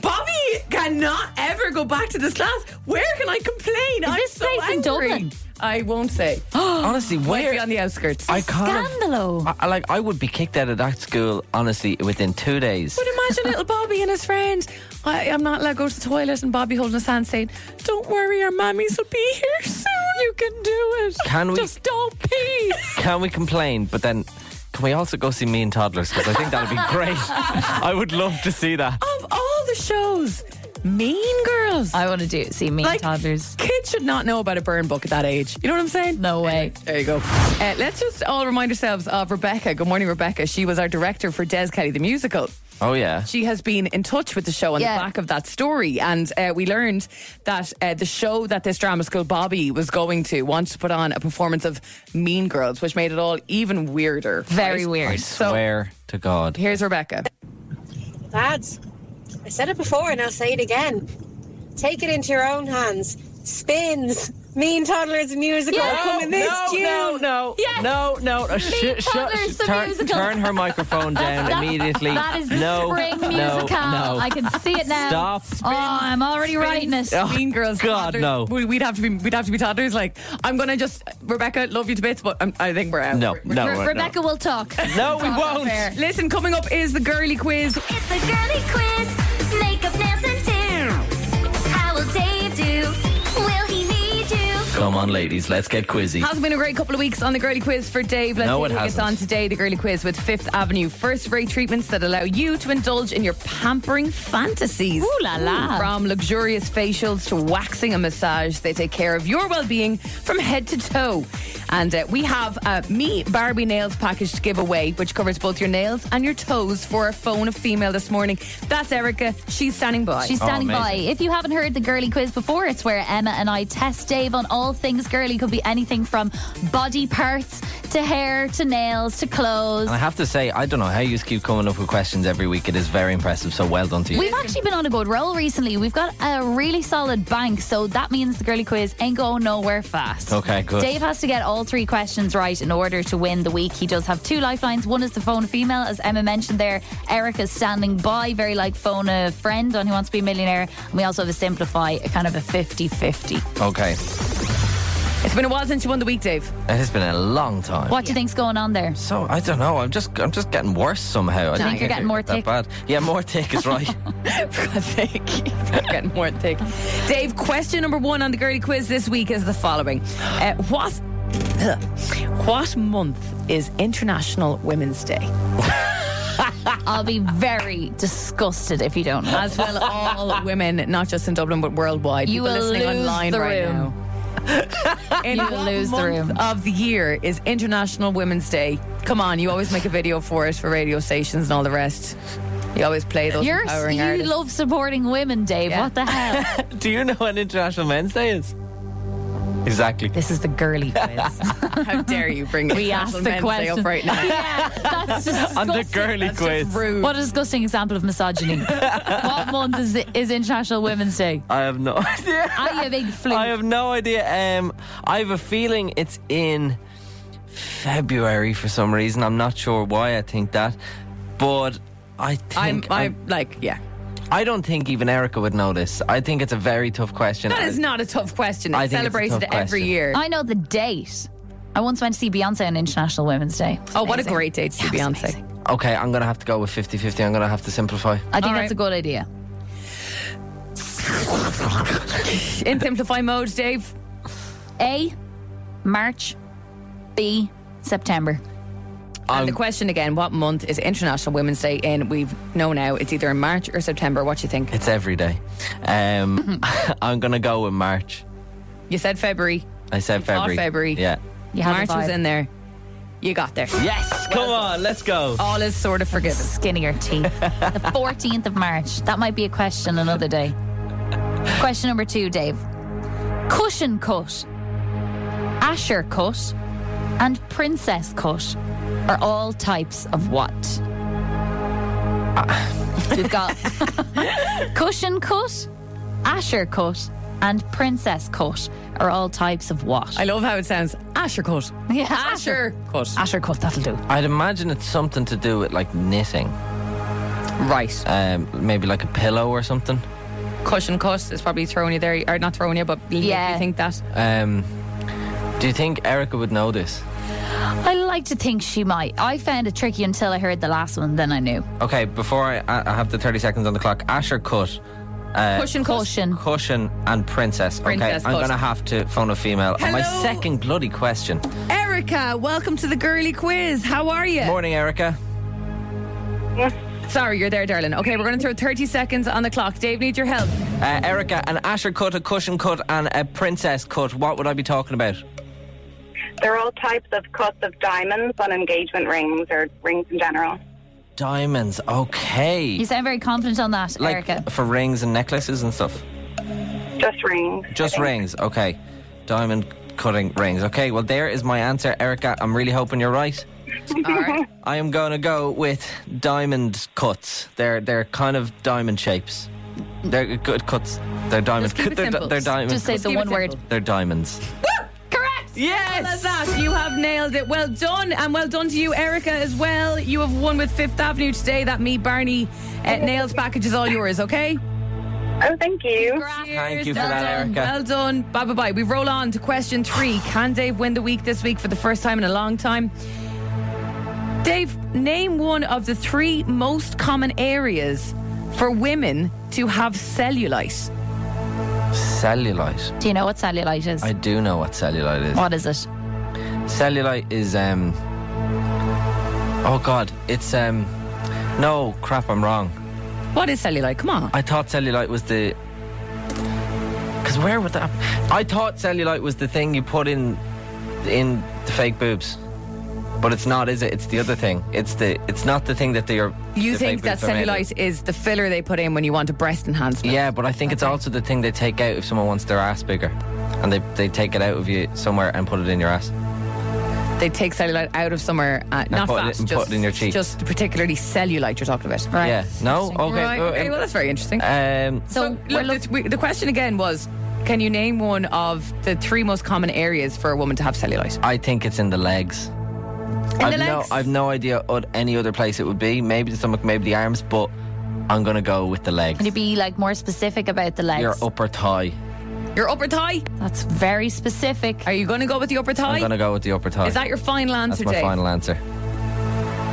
Speaker 5: Bobby cannot ever go back to this class. Where can I complain? I'm
Speaker 3: this
Speaker 5: so
Speaker 3: place in
Speaker 5: angry.
Speaker 3: Dublin?
Speaker 5: I won't say.
Speaker 4: Honestly,
Speaker 5: Might be
Speaker 4: where?
Speaker 5: on the outskirts.
Speaker 4: I kind of-
Speaker 3: Scandalo.
Speaker 4: I, I like I would be kicked out of that school honestly within two days.
Speaker 5: But imagine little Bobby and his friend. I, am not allowed to go to the toilet, and Bobby holding his hand saying, Don't worry, our mummies will be here soon. You can do it.
Speaker 4: Can we-
Speaker 5: Just don't pee.
Speaker 4: Can we complain? But then, can we also go see Mean Toddlers? Because I think that'd be great. I would love to see that.
Speaker 5: of all the shows, Mean Girls.
Speaker 3: I want to do see me
Speaker 5: Like-
Speaker 3: and toddlers.
Speaker 5: Kids should not know about a burn book at that age. You know what I'm saying?
Speaker 3: No way.
Speaker 5: There you go. Uh, let's just all remind ourselves of Rebecca. Good morning, Rebecca. She was our director for Des Kelly the musical.
Speaker 4: Oh yeah.
Speaker 5: She has been in touch with the show on
Speaker 3: Yeah.
Speaker 5: the back of that story, and uh, we learned that uh, the show that this drama school Bobby was going to wants to put on a performance of Mean Girls, which made it all even weirder.
Speaker 3: Very
Speaker 5: right?
Speaker 3: weird.
Speaker 5: So-
Speaker 4: Swear to God.
Speaker 5: Here's Rebecca.
Speaker 10: Lads, I said it before and I'll say it again. Take it into your own hands. Spins. Mean Toddlers musical coming this June.
Speaker 4: no, no,
Speaker 3: Yes.
Speaker 4: no, no, Uh, no. Sh- sh-
Speaker 3: Toddlers,
Speaker 4: sh-
Speaker 3: the
Speaker 4: turn,
Speaker 3: musical.
Speaker 4: turn her microphone down
Speaker 3: That's-
Speaker 4: immediately.
Speaker 3: That is the
Speaker 4: no,
Speaker 3: spring
Speaker 4: no,
Speaker 3: musical.
Speaker 4: No.
Speaker 3: I can see it now.
Speaker 4: Stop. Oh,
Speaker 3: Oh, I'm already writing it.
Speaker 5: Oh, mean girls,
Speaker 4: God,
Speaker 5: toddlers.
Speaker 4: no.
Speaker 5: We- We'd have to be, we'd have to be toddlers. Like, I'm gonna just, Rebecca, love you to bits, but i I think we're out.
Speaker 4: No,
Speaker 5: We're-
Speaker 4: no,
Speaker 3: Re-
Speaker 4: no.
Speaker 3: Rebecca will talk.
Speaker 4: No, we won't.
Speaker 3: fair.
Speaker 5: Listen, coming up is the girly quiz.
Speaker 2: It's a girly quiz. Makeup, nails, and do. How will Dave do? Will he need you?
Speaker 4: Come on, ladies, let's get quizzy.
Speaker 5: Hasn't been a great couple of weeks on the girly quiz for Dave. Let's
Speaker 4: No,
Speaker 5: see
Speaker 4: it
Speaker 5: who gets
Speaker 4: hasn't.
Speaker 5: on today. The girly quiz with Fifth Avenue first rate treatments that allow you to indulge in your pampering fantasies.
Speaker 3: Ooh la la.
Speaker 5: From luxurious facials to waxing and massage, they take care of your well being from head to toe. And uh, we have a Me Barbie Nails package to give away, which covers both your nails and your toes for our phone of female this morning. That's Erica. She's standing by.
Speaker 3: She's standing by.
Speaker 4: Oh, amazing.
Speaker 3: If you haven't heard the girly quiz before, it's where Emma and I test Dave on all things girly. Could be anything from body parts to hair to nails to clothes.
Speaker 4: And I have to say, I don't know how you keep coming up with questions every week. It is very impressive. So well done to you.
Speaker 3: We've actually been on a good roll recently. We've got a really solid bank, so that means the girly quiz ain't going nowhere fast.
Speaker 4: Okay, good.
Speaker 3: Dave has to get all three questions right in order to win the week. He does have two lifelines. One is the phone a female, as Emma mentioned there. Erica's standing by, very like phone a friend on Who Wants to Be a Millionaire. And we also have a simplify, a kind of a 50 50.
Speaker 4: okay.
Speaker 5: it's been a while since you won the week, Dave.
Speaker 4: It has been a long time.
Speaker 3: What do you think's going on there?
Speaker 4: So I don't know. I'm just I'm just getting worse somehow. I
Speaker 3: think
Speaker 4: think
Speaker 3: you're
Speaker 4: it-
Speaker 3: getting more
Speaker 4: that
Speaker 3: thick?
Speaker 4: Bad. Yeah, more thick is right.
Speaker 5: For God's sake. Getting more thick. Dave, question number one on the girly quiz this week is the following. Uh, what what month is International Women's Day?
Speaker 3: I'll be very disgusted if you don't know.
Speaker 5: As well, all women, not just in Dublin, but worldwide.
Speaker 3: You
Speaker 5: People
Speaker 3: will
Speaker 5: listening
Speaker 3: lose
Speaker 5: online
Speaker 3: the
Speaker 5: right
Speaker 3: room.
Speaker 5: now. In
Speaker 3: You will
Speaker 5: what
Speaker 3: lose the
Speaker 5: month
Speaker 3: room.
Speaker 5: of the year is International Women's Day? Come on, you always make a video for it for radio stations and all the rest. You always play those
Speaker 3: You're,
Speaker 5: empowering
Speaker 3: you
Speaker 5: artists.
Speaker 3: love supporting women, Dave.
Speaker 5: Yeah.
Speaker 3: What the hell?
Speaker 4: Do you know when International Men's Day is? Exactly.
Speaker 3: this is the girly quiz.
Speaker 5: How dare you bring
Speaker 3: We asked the
Speaker 5: International Men's
Speaker 3: question.
Speaker 5: Day up right now?
Speaker 3: yeah, that's disgusting.
Speaker 4: On the girly quiz.
Speaker 5: Rude.
Speaker 3: What a disgusting example of misogyny. what month is, is International Women's Day?
Speaker 4: I have no idea.
Speaker 3: Are you a big flu?
Speaker 4: I have no idea. Um, I have a feeling it's in February for some reason. I'm not sure why I think that, but I
Speaker 5: I'm,
Speaker 4: think
Speaker 5: I'm like, yeah.
Speaker 4: I don't think even Erica would know this. I think it's a very tough question.
Speaker 5: That is not a tough question.
Speaker 4: I
Speaker 5: It's
Speaker 4: think it's a
Speaker 5: celebrated
Speaker 4: tough
Speaker 5: every
Speaker 4: question.
Speaker 5: year.
Speaker 3: I know the date. I once went to see Beyonce on International Women's Day.
Speaker 5: oh, what a great date to be Beyonce.
Speaker 4: Okay, I'm gonna have to go with 50-50. I'm gonna have to simplify.
Speaker 3: I think
Speaker 5: All
Speaker 3: that's
Speaker 5: right.
Speaker 3: a good idea.
Speaker 5: In simplify mode, Dave.
Speaker 3: A, March. B, September.
Speaker 4: Um,
Speaker 5: and the question again, what month is International Women's Day in? We've know now it's either in March or September. What do you think?
Speaker 4: It's every day. Um, I'm gonna go with March.
Speaker 5: You said February.
Speaker 4: I said
Speaker 5: thought
Speaker 4: February.
Speaker 5: February.
Speaker 4: Yeah.
Speaker 3: You have a
Speaker 5: March was
Speaker 3: vibe.
Speaker 5: in there. You got there.
Speaker 4: Yes. Come on. Let's go.
Speaker 5: All is sort of forgiven.
Speaker 3: skinnier teeth. the 14th of March. That might be a question another day. Question number two, Dave. Cushion cut, Asher cut, and princess cut are all types of what?
Speaker 5: Ah.
Speaker 3: We've got cushion cut, Asher cut, and princess cut are all types of what?
Speaker 5: I love how it sounds. Asher cut.
Speaker 3: Yeah,
Speaker 5: Asher cut.
Speaker 3: Asher cut, that'll do.
Speaker 4: I'd imagine it's something to do with like knitting.
Speaker 5: Right.
Speaker 4: Um, maybe like a pillow or something.
Speaker 5: Cushion cut is probably throwing you there, or not throwing you, but yeah.
Speaker 3: Yeah.
Speaker 5: you think that.
Speaker 4: Um, do you think Erica would know this?
Speaker 3: I like to think she might. I found it tricky until I heard the last one, then I knew.
Speaker 4: Okay, before I, I I have the 30 seconds on the clock, Asher cut,
Speaker 5: Cushion Uh, cut.
Speaker 3: Caution.
Speaker 4: cushion, and princess.
Speaker 5: Mm. Princess
Speaker 4: okay, I'm
Speaker 5: cut.
Speaker 4: going to have to phone a female. on My
Speaker 5: Hello?
Speaker 4: second bloody question.
Speaker 5: Erica, welcome to the girly quiz. How are you?
Speaker 4: Morning, Erica.
Speaker 5: Sorry, you're there, darling. Okay, we're going to throw 30 seconds on the clock. Dave needs your help.
Speaker 4: Uh, Erica, an Asher cut, a cushion cut, and a princess cut. What would I be talking about?
Speaker 11: They're all types of cuts of diamonds on engagement rings or rings in general.
Speaker 4: Diamonds. Okay.
Speaker 3: You sound very confident on that,
Speaker 4: like
Speaker 3: Erica.
Speaker 4: for rings and necklaces and stuff.
Speaker 11: Just rings.
Speaker 4: Just rings. Okay. Diamond cutting rings. Okay. Well, there is my answer, Erica. I'm really hoping you're right. I am going to go with diamond cuts. They're they're kind of diamond shapes. They're good cuts. They're diamond.
Speaker 3: Just keep it
Speaker 4: they're,
Speaker 3: simple.
Speaker 4: they're diamond.
Speaker 3: Just say
Speaker 4: cuts.
Speaker 3: the one word.
Speaker 4: They're diamonds.
Speaker 5: Correct. Yes. Well, as that, you have nailed it. Well done, and well done to you, Erica, as well. You have won with Fifth Avenue today. That me, Barney, uh, nails package is all yours. Okay.
Speaker 11: Oh, thank you.
Speaker 4: Thank you for that, Erica.
Speaker 5: Well done. Bye bye bye. We roll on to question three. Can Dave win the week this week for the first time in a long time? Dave, name one of the three most common areas for women to have cellulite.
Speaker 4: Cellulite.
Speaker 3: Do you know what cellulite is?
Speaker 4: I do know what cellulite is.
Speaker 3: what is it?
Speaker 4: Cellulite is um. Oh God, it's um. No crap, I'm wrong.
Speaker 5: What is cellulite? Come on.
Speaker 4: I thought cellulite was the. Because where would that? I thought cellulite was the thing you put in, in the fake boobs. But it's not, is it? It's the other thing. It's the. It's not the thing that they are.
Speaker 5: You
Speaker 4: the
Speaker 5: think
Speaker 4: fake
Speaker 5: that
Speaker 4: boobs are made of.
Speaker 5: cellulite is the filler they put in when you want a breast enhancement?
Speaker 4: Yeah, but I think it's also the thing they take out if someone wants their ass bigger, and they they take it out of you somewhere and put it in your ass.
Speaker 5: They take cellulite out of somewhere, uh, not
Speaker 4: put it-
Speaker 5: fast,
Speaker 4: and
Speaker 5: just,
Speaker 4: put it in your cheek.
Speaker 5: just particularly cellulite you're talking about.
Speaker 3: Right.
Speaker 4: Yeah. No. Okay.
Speaker 5: Right,
Speaker 4: uh,
Speaker 5: okay, well, that's very interesting.
Speaker 4: Um,
Speaker 5: So, look, the, we, the question again was can you name one of the three most common areas for a woman to have cellulite?
Speaker 4: I think it's in the legs. I've
Speaker 5: the
Speaker 4: no,
Speaker 5: legs?
Speaker 4: I've no idea what any other place it would be. Maybe the stomach, maybe the arms, but I'm gonna go with the legs.
Speaker 3: Can you be like more specific about the legs?
Speaker 4: Your upper thigh.
Speaker 5: Your upper thigh?
Speaker 3: That's very specific.
Speaker 5: Are you going to go with the upper
Speaker 4: I'm
Speaker 5: thigh?
Speaker 4: gonna go with the upper thigh.
Speaker 5: Is that your final answer,
Speaker 4: That's my
Speaker 5: Dave?
Speaker 4: final answer.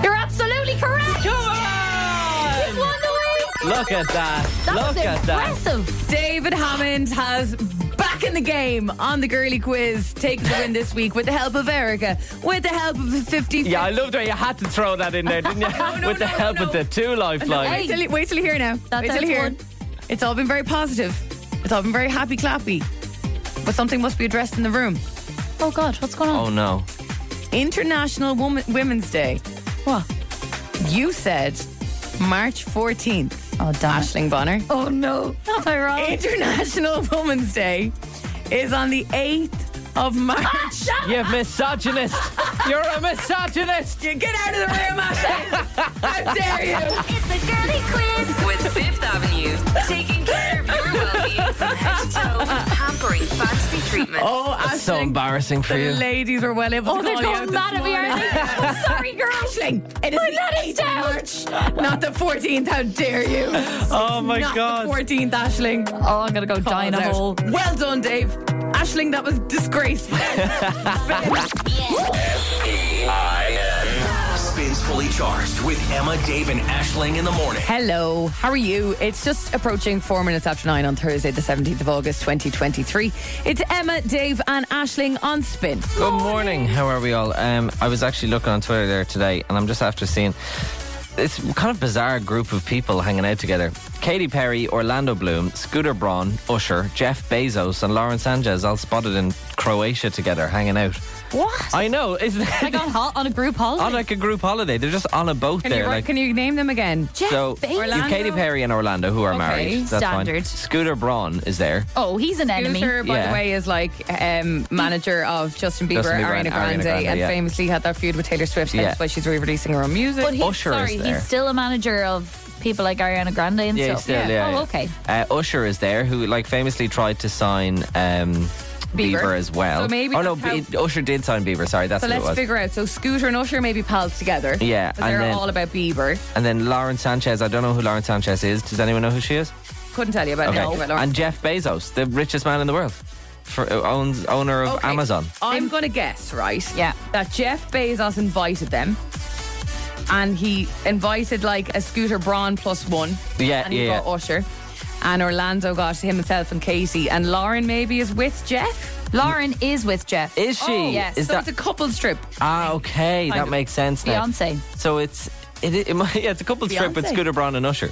Speaker 3: You're absolutely correct.
Speaker 5: Come on!
Speaker 3: You've won the week.
Speaker 4: Ah! Look at that!
Speaker 3: That
Speaker 4: Look
Speaker 3: was
Speaker 4: at that!
Speaker 3: impressive.
Speaker 5: David Hammond has back in the game on the girly quiz, taking the win this week with the help of Erica, with the help of the 50.
Speaker 4: Yeah, I loved way you had to throw that in there, didn't you?
Speaker 5: no,
Speaker 4: with the
Speaker 5: no,
Speaker 4: help
Speaker 5: no.
Speaker 4: of the two lifelines.
Speaker 5: Wait till, wait till you hear now.
Speaker 3: That's
Speaker 5: wait
Speaker 3: how
Speaker 5: till you
Speaker 3: it's
Speaker 5: hear.
Speaker 3: won.
Speaker 5: It's all been very positive. It's all been very happy clappy. But something must be addressed in the room.
Speaker 3: Oh God, what's going
Speaker 4: Oh
Speaker 3: on?
Speaker 4: no.
Speaker 5: International Woman, Women's Day.
Speaker 3: What?
Speaker 5: You said March 14th.
Speaker 3: Oh damn. it.
Speaker 5: Ashling Bonner.
Speaker 3: Oh no. Am I wrong?
Speaker 5: International Women's Day is on the 8th of
Speaker 3: Ah,
Speaker 5: March.
Speaker 4: You misogynist! You're a misogynist!
Speaker 5: You Get out of the room, Ashling. How dare you?
Speaker 2: It's the girly quiz.
Speaker 12: With Fifth Avenue, taking care of your well-being from head to toe with pampering fancy treatments.
Speaker 5: Oh, Ashling.
Speaker 4: So embarrassing for
Speaker 5: The
Speaker 4: you.
Speaker 5: ladies were well able to
Speaker 3: Oh, they're
Speaker 5: call you out
Speaker 3: going
Speaker 5: this
Speaker 3: mad at me,
Speaker 5: morning.
Speaker 3: aren't they? I'm sorry, girls.
Speaker 5: Ashling, it is the 8th of March, not the 14th. How dare you?
Speaker 4: Oh my
Speaker 5: not
Speaker 4: god.
Speaker 5: the 14th, Ashling.
Speaker 3: Oh, I'm gonna go die in a
Speaker 5: Calls
Speaker 3: hole.
Speaker 5: out. Well done, Dave. Ashling, that was disgraceful.
Speaker 1: E Spins fully charged with Emma, Dave, and Ashling in the morning.
Speaker 5: Hello, how are you? It's just approaching four minutes after nine on Thursday, the 17th of August, 2023. It's Emma, Dave, and Ashling on spin.
Speaker 4: Good morning. How are we all? Um, I was actually looking on Twitter there today, and I'm just after seeing this kind of bizarre group of people hanging out together. Katy Perry, Orlando Bloom, Scooter Braun, Usher, Jeff Bezos, and Lauren Sanchez all spotted in Croatia together, hanging out.
Speaker 3: What?
Speaker 4: I know, isn't
Speaker 3: I
Speaker 4: it?
Speaker 3: got hot on a group holiday.
Speaker 4: on like a group holiday. They're just on a boat
Speaker 5: Can,
Speaker 4: there.
Speaker 5: you,
Speaker 4: like,
Speaker 5: can you name them again?
Speaker 3: Jeff
Speaker 4: so
Speaker 3: Bezos.
Speaker 4: you've Katy Perry and Orlando, who are
Speaker 5: Okay.
Speaker 4: married. That's Fine.
Speaker 3: Standard.
Speaker 4: Scooter Braun is there.
Speaker 3: Oh, he's an enemy.
Speaker 5: Scooter, by
Speaker 4: Yeah.
Speaker 5: the way, is like um, manager of Justin Bieber,
Speaker 4: Justin Bieber
Speaker 5: Ariana,
Speaker 4: and Ariana
Speaker 5: Grande,
Speaker 4: Grande,
Speaker 5: and
Speaker 4: yeah.
Speaker 5: famously had that feud with Taylor Swift. That's
Speaker 4: Yeah.
Speaker 5: why she's re-releasing her own music.
Speaker 3: But he's
Speaker 4: Usher is
Speaker 3: sorry,
Speaker 4: there.
Speaker 3: he's still a manager of people like Ariana Grande and
Speaker 4: Yeah,
Speaker 3: stuff.
Speaker 4: still, yeah.
Speaker 3: Oh, okay.
Speaker 4: Uh, Usher is there, who like famously tried to sign um,
Speaker 5: Bieber.
Speaker 4: Bieber. as well.
Speaker 5: So maybe
Speaker 4: oh no,
Speaker 5: that's
Speaker 4: Be- Usher did sign Bieber. Sorry, that's
Speaker 5: so
Speaker 4: what it
Speaker 5: let's
Speaker 4: was.
Speaker 5: figure out. So Scooter and Usher may be pals together.
Speaker 4: Yeah,
Speaker 5: 'cause
Speaker 4: and
Speaker 5: they're
Speaker 4: then-
Speaker 5: all about Bieber.
Speaker 4: and then Lauren Sanchez. I don't know who Lauren Sanchez is. Does anyone know who she is?
Speaker 5: Couldn't tell you about
Speaker 4: Okay.
Speaker 5: that. about Lauren.
Speaker 4: And Jeff Bezos, the richest man in the world, for, uh, owns owner of
Speaker 5: Okay.
Speaker 4: Amazon.
Speaker 5: I'm going to guess, right?
Speaker 3: Yeah.
Speaker 5: That Jeff Bezos invited them. And he invited like a Scooter Braun plus one.
Speaker 4: Yeah,
Speaker 5: And he
Speaker 4: yeah,
Speaker 5: got
Speaker 4: yeah.
Speaker 5: Usher. And Orlando got himself and Katie. And Lauren maybe is with Jeff.
Speaker 3: Lauren is with Jeff.
Speaker 4: Is she?
Speaker 3: yes.
Speaker 4: Is
Speaker 5: Oh, so
Speaker 4: that Oh,
Speaker 5: it's a couple strip.
Speaker 4: ah? Okay, that
Speaker 5: of.
Speaker 4: makes sense. Now.
Speaker 3: Beyonce.
Speaker 4: So it's it, it, might- yeah, it's a couple trip with
Speaker 3: Beyonce.
Speaker 4: Scooter Braun and Usher.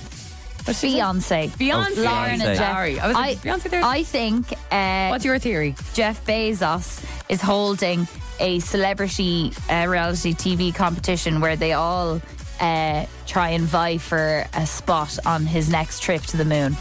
Speaker 3: Beyonce.
Speaker 4: Beyonce. Oh,
Speaker 3: Lauren and
Speaker 4: Beyonce.
Speaker 3: Jeff.
Speaker 4: Sorry.
Speaker 5: I was like, Beyonce there?
Speaker 3: I think. Uh, What's
Speaker 5: your theory?
Speaker 3: Jeff Bezos is holding a celebrity uh, reality TV competition where they all uh, try and vie for a spot on his next trip to the moon.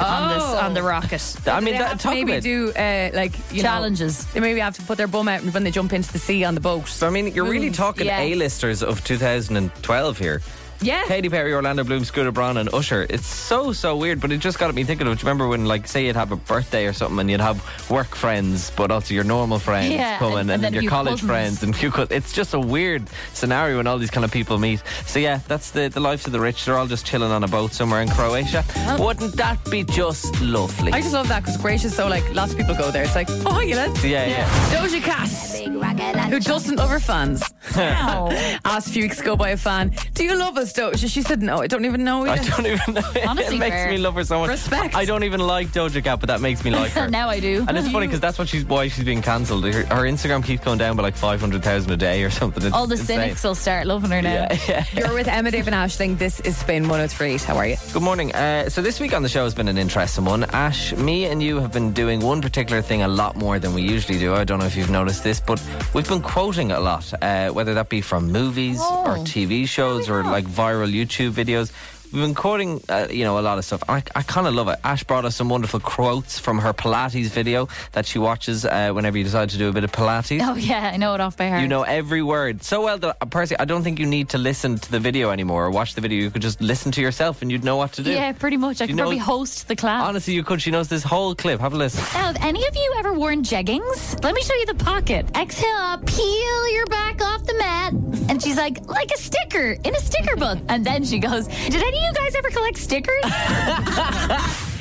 Speaker 3: on, this, on the rocket.
Speaker 5: Do they have to maybe do uh, like you
Speaker 3: Challenges.
Speaker 5: Know, they maybe have to put their bum out when they jump into the sea on the boat.
Speaker 4: So I mean, you're really talking A-listers of 2012 here.
Speaker 5: Yeah.
Speaker 4: Katy Perry, Orlando Bloom, Scooter Braun, and Usher. It's so so weird, but it just got me thinking of. Do you remember when, like, say you'd have a birthday or something, and you'd have work friends, but also your normal friends
Speaker 13: Yeah,
Speaker 4: coming,
Speaker 13: and-
Speaker 4: and,
Speaker 13: and then
Speaker 4: then
Speaker 13: a few
Speaker 4: your college
Speaker 13: cousins.
Speaker 4: friends and few. Cousins. It's just a weird scenario when all these kind of people meet. So yeah, that's the the lives of the rich. They're all just chilling on a boat somewhere in Croatia. Wouldn't that be just lovely?
Speaker 5: I just love that because Croatia's so like lots of people go there. It's like, oh, hi, you lads.
Speaker 4: Yeah, yeah.
Speaker 5: Doja Cat, who doesn't love her fans, asked a few weeks ago by a fan, "Do you love us, Doja?" She said, "No, I don't even know you."
Speaker 4: I don't even know. it makes me love her so much.
Speaker 5: Respect.
Speaker 4: I don't even like Doja Cat, but that makes me like her.
Speaker 3: now I do.
Speaker 4: And it's funny because that's what she's why she's being cancelled. Her, her Instagram keeps going down by like five hundred thousand a day or something. It's
Speaker 3: all the
Speaker 4: insane.
Speaker 3: cynics will start loving her now.
Speaker 5: You're with Emma, Dave, and Ashling. This is Spin 103. How are you?
Speaker 4: Good morning. Uh, so this week on the show has been an interesting one. Ash, me and you have been doing one particular thing a lot more than we usually do. I don't know if you've noticed this, but we've been quoting a lot, uh, whether that be from movies or
Speaker 3: Oh.
Speaker 4: TV shows or like viral YouTube videos. We've been quoting, uh, you know, a lot of stuff. I, I kind of love it. Ash brought us some wonderful quotes from her Pilates video that she watches uh, whenever you decide to do a bit of Pilates.
Speaker 3: Oh, yeah, I know it off by heart.
Speaker 4: You know every word so well that, uh, Percy, I don't think you need to listen to the video anymore or watch the video. You could just listen to yourself and you'd know what to do.
Speaker 3: Yeah, pretty much. I
Speaker 4: You
Speaker 3: could
Speaker 4: know-
Speaker 3: probably host the class.
Speaker 4: Honestly, you could. She knows this whole clip. Have a listen.
Speaker 3: Now, have any of you ever worn jeggings? Let me show you the pocket. Exhale, out, peel your back off the mat. And she's like, like a sticker in a sticker book. And then she goes, Did any of you guys ever collect stickers?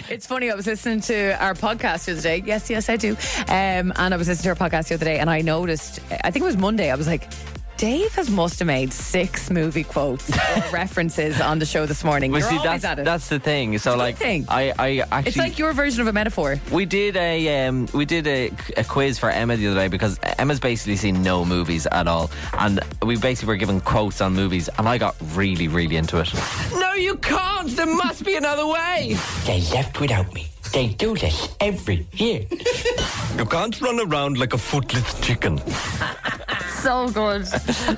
Speaker 5: It's funny. I was listening to our podcast the other day. Yes, yes, I do. Um, and I was listening to our podcast the other day, and I noticed. I think it was Monday. I was like. Dave has must have made six movie quotes or references on the show this morning.
Speaker 4: Well,
Speaker 5: You're
Speaker 4: see,
Speaker 5: always
Speaker 4: that's,
Speaker 5: at it.
Speaker 4: that's the thing. So, like,
Speaker 5: thing.
Speaker 4: I, I actually.
Speaker 5: it's like your version of a metaphor.
Speaker 4: We did a um, we did a, a quiz for Emma the other day because Emma's basically seen no movies at all, and we basically were given quotes on movies, and I got really really into it.
Speaker 13: No, you can't. There must be another way.
Speaker 1: They left without me. They do this every year. you can't run around like a footless chicken.
Speaker 3: so good.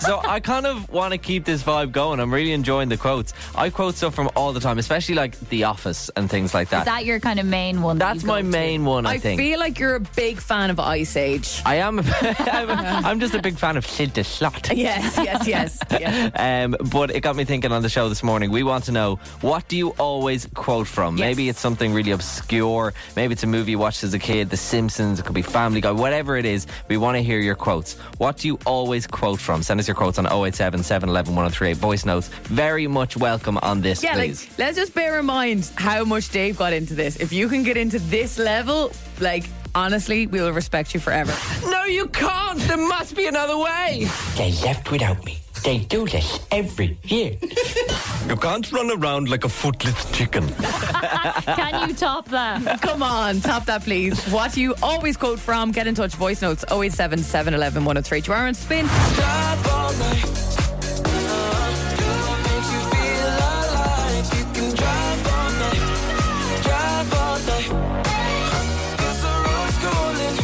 Speaker 4: so I kind of want to keep this vibe going. I'm really enjoying the quotes. I quote stuff from all the time, especially like The Office and things like that.
Speaker 3: Is that your kind of main one?
Speaker 4: That's my main one. I,
Speaker 5: I
Speaker 4: think
Speaker 5: feel like you're a big fan of Ice Age.
Speaker 4: I am. I'm, I'm just a big fan of Sid the Slot.
Speaker 5: Yes, yes, yes. yes.
Speaker 4: Um, but it got me thinking on the show this morning. We want to know what do you always quote from? Maybe it's something really obscure. Maybe it's a movie you watched as a kid, The Simpsons. It could be Family Guy. Whatever it is, we want to hear your quotes. What do you always quote from? Send us your quotes on 087 711 1038 voice notes. Very much welcome on this,
Speaker 5: Yeah,
Speaker 4: please.
Speaker 5: like let's just bear in mind how much Dave got into this. If you can get into this level, like honestly, we will respect you forever.
Speaker 13: No, you can't. There must be another way.
Speaker 1: They left without me. They do this every year. you can't run around like a footless chicken.
Speaker 3: Can you top that?
Speaker 5: Come on, top that, please. What do you always quote from? Get in touch. Voice notes 087 711 103. You are on spin.
Speaker 13: Drive all night. Girl, makes you feel alive. You can drive all night. Drive all night. 'Cause the road's calling.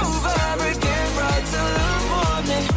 Speaker 13: Over again, right till the morning.